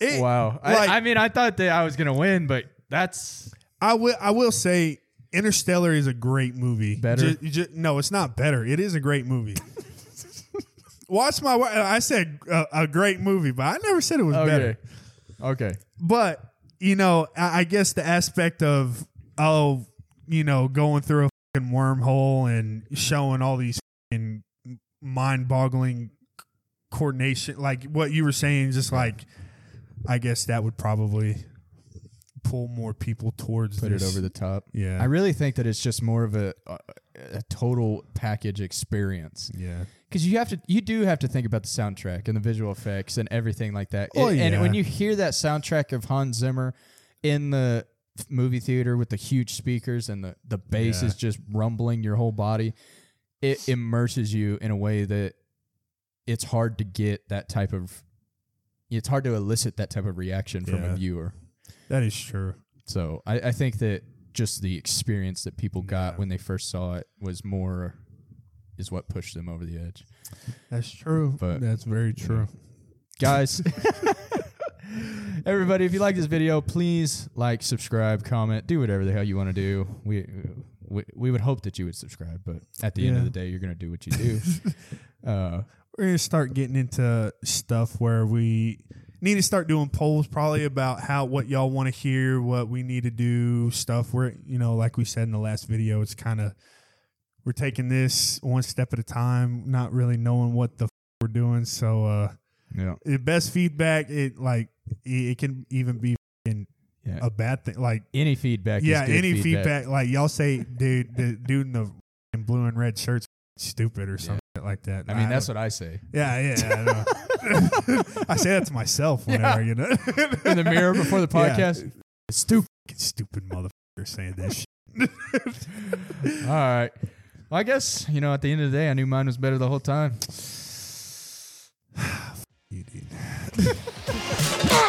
Speaker 2: it,
Speaker 1: wow.
Speaker 2: like-
Speaker 1: I, I mean, I thought that I was gonna win, but that's
Speaker 2: I will I will say Interstellar is a great movie.
Speaker 1: Better?
Speaker 2: Ju- ju- no, it's not better. It is a great movie. Watch my wa- I said uh, a great movie, but I never said it was better.
Speaker 1: okay. Okay.
Speaker 2: But, you know, I, I guess the aspect of oh you know, going through a fucking wormhole and showing all these fucking mind-boggling c- coordination, like what you were saying, just like I guess that would probably pull more people towards
Speaker 1: Put
Speaker 2: this.
Speaker 1: it over the top.
Speaker 2: yeah,
Speaker 1: I really think that it's just more of a a, a total package experience
Speaker 2: yeah,
Speaker 1: because you have to you do have to think about the soundtrack and the visual effects and everything like that.
Speaker 2: Oh,
Speaker 1: And-
Speaker 2: yeah.
Speaker 1: And when you hear that soundtrack of Hans Zimmer in the f- movie theater with the huge speakers and the the bass
Speaker 2: Yeah.
Speaker 1: is just rumbling your whole body, it immerses you in a way that it's hard to get that type of it's hard to elicit that type of reaction from
Speaker 2: Yeah.
Speaker 1: a viewer.
Speaker 2: that is true.
Speaker 1: So I, I think that just the experience that people got
Speaker 2: Yeah.
Speaker 1: when they first saw it was more is what pushed them over the edge.
Speaker 2: That's true.
Speaker 1: But-
Speaker 2: That's very true.
Speaker 1: Guys, everybody, if you like this video, please like, subscribe, comment, do whatever the hell you want to do. We, we we would hope that you would subscribe, but at the end of
Speaker 2: Yeah.
Speaker 1: the day, you're gonna do what you do. uh,
Speaker 2: We're gonna start getting into stuff where we need to start doing polls, probably about how what y'all want to hear, what we need to do, stuff. We're you know, like we said in the last video, it's kind of we're taking this one step at a time, not really knowing what the f- we're doing. So, uh,
Speaker 1: yeah,
Speaker 2: the best feedback, it like it, it can even be f***ing
Speaker 1: Yeah.
Speaker 2: a bad thing, like.
Speaker 1: any feedback. is
Speaker 2: yeah,
Speaker 1: good
Speaker 2: any feedback. like y'all say, dude, the dude in the f***ing blue and red shirts, stupid or something like that.
Speaker 1: I mean, that's
Speaker 2: don't-
Speaker 1: what I say
Speaker 2: yeah, yeah. I, know. I say that to myself whenever you know
Speaker 1: in the mirror before the
Speaker 2: Yeah.
Speaker 1: podcast. Stupid.
Speaker 2: Stupid motherfucker saying that shit.
Speaker 1: All right. Well, I guess you know. At the end of the day, I knew mine was better the whole time.
Speaker 2: You dude.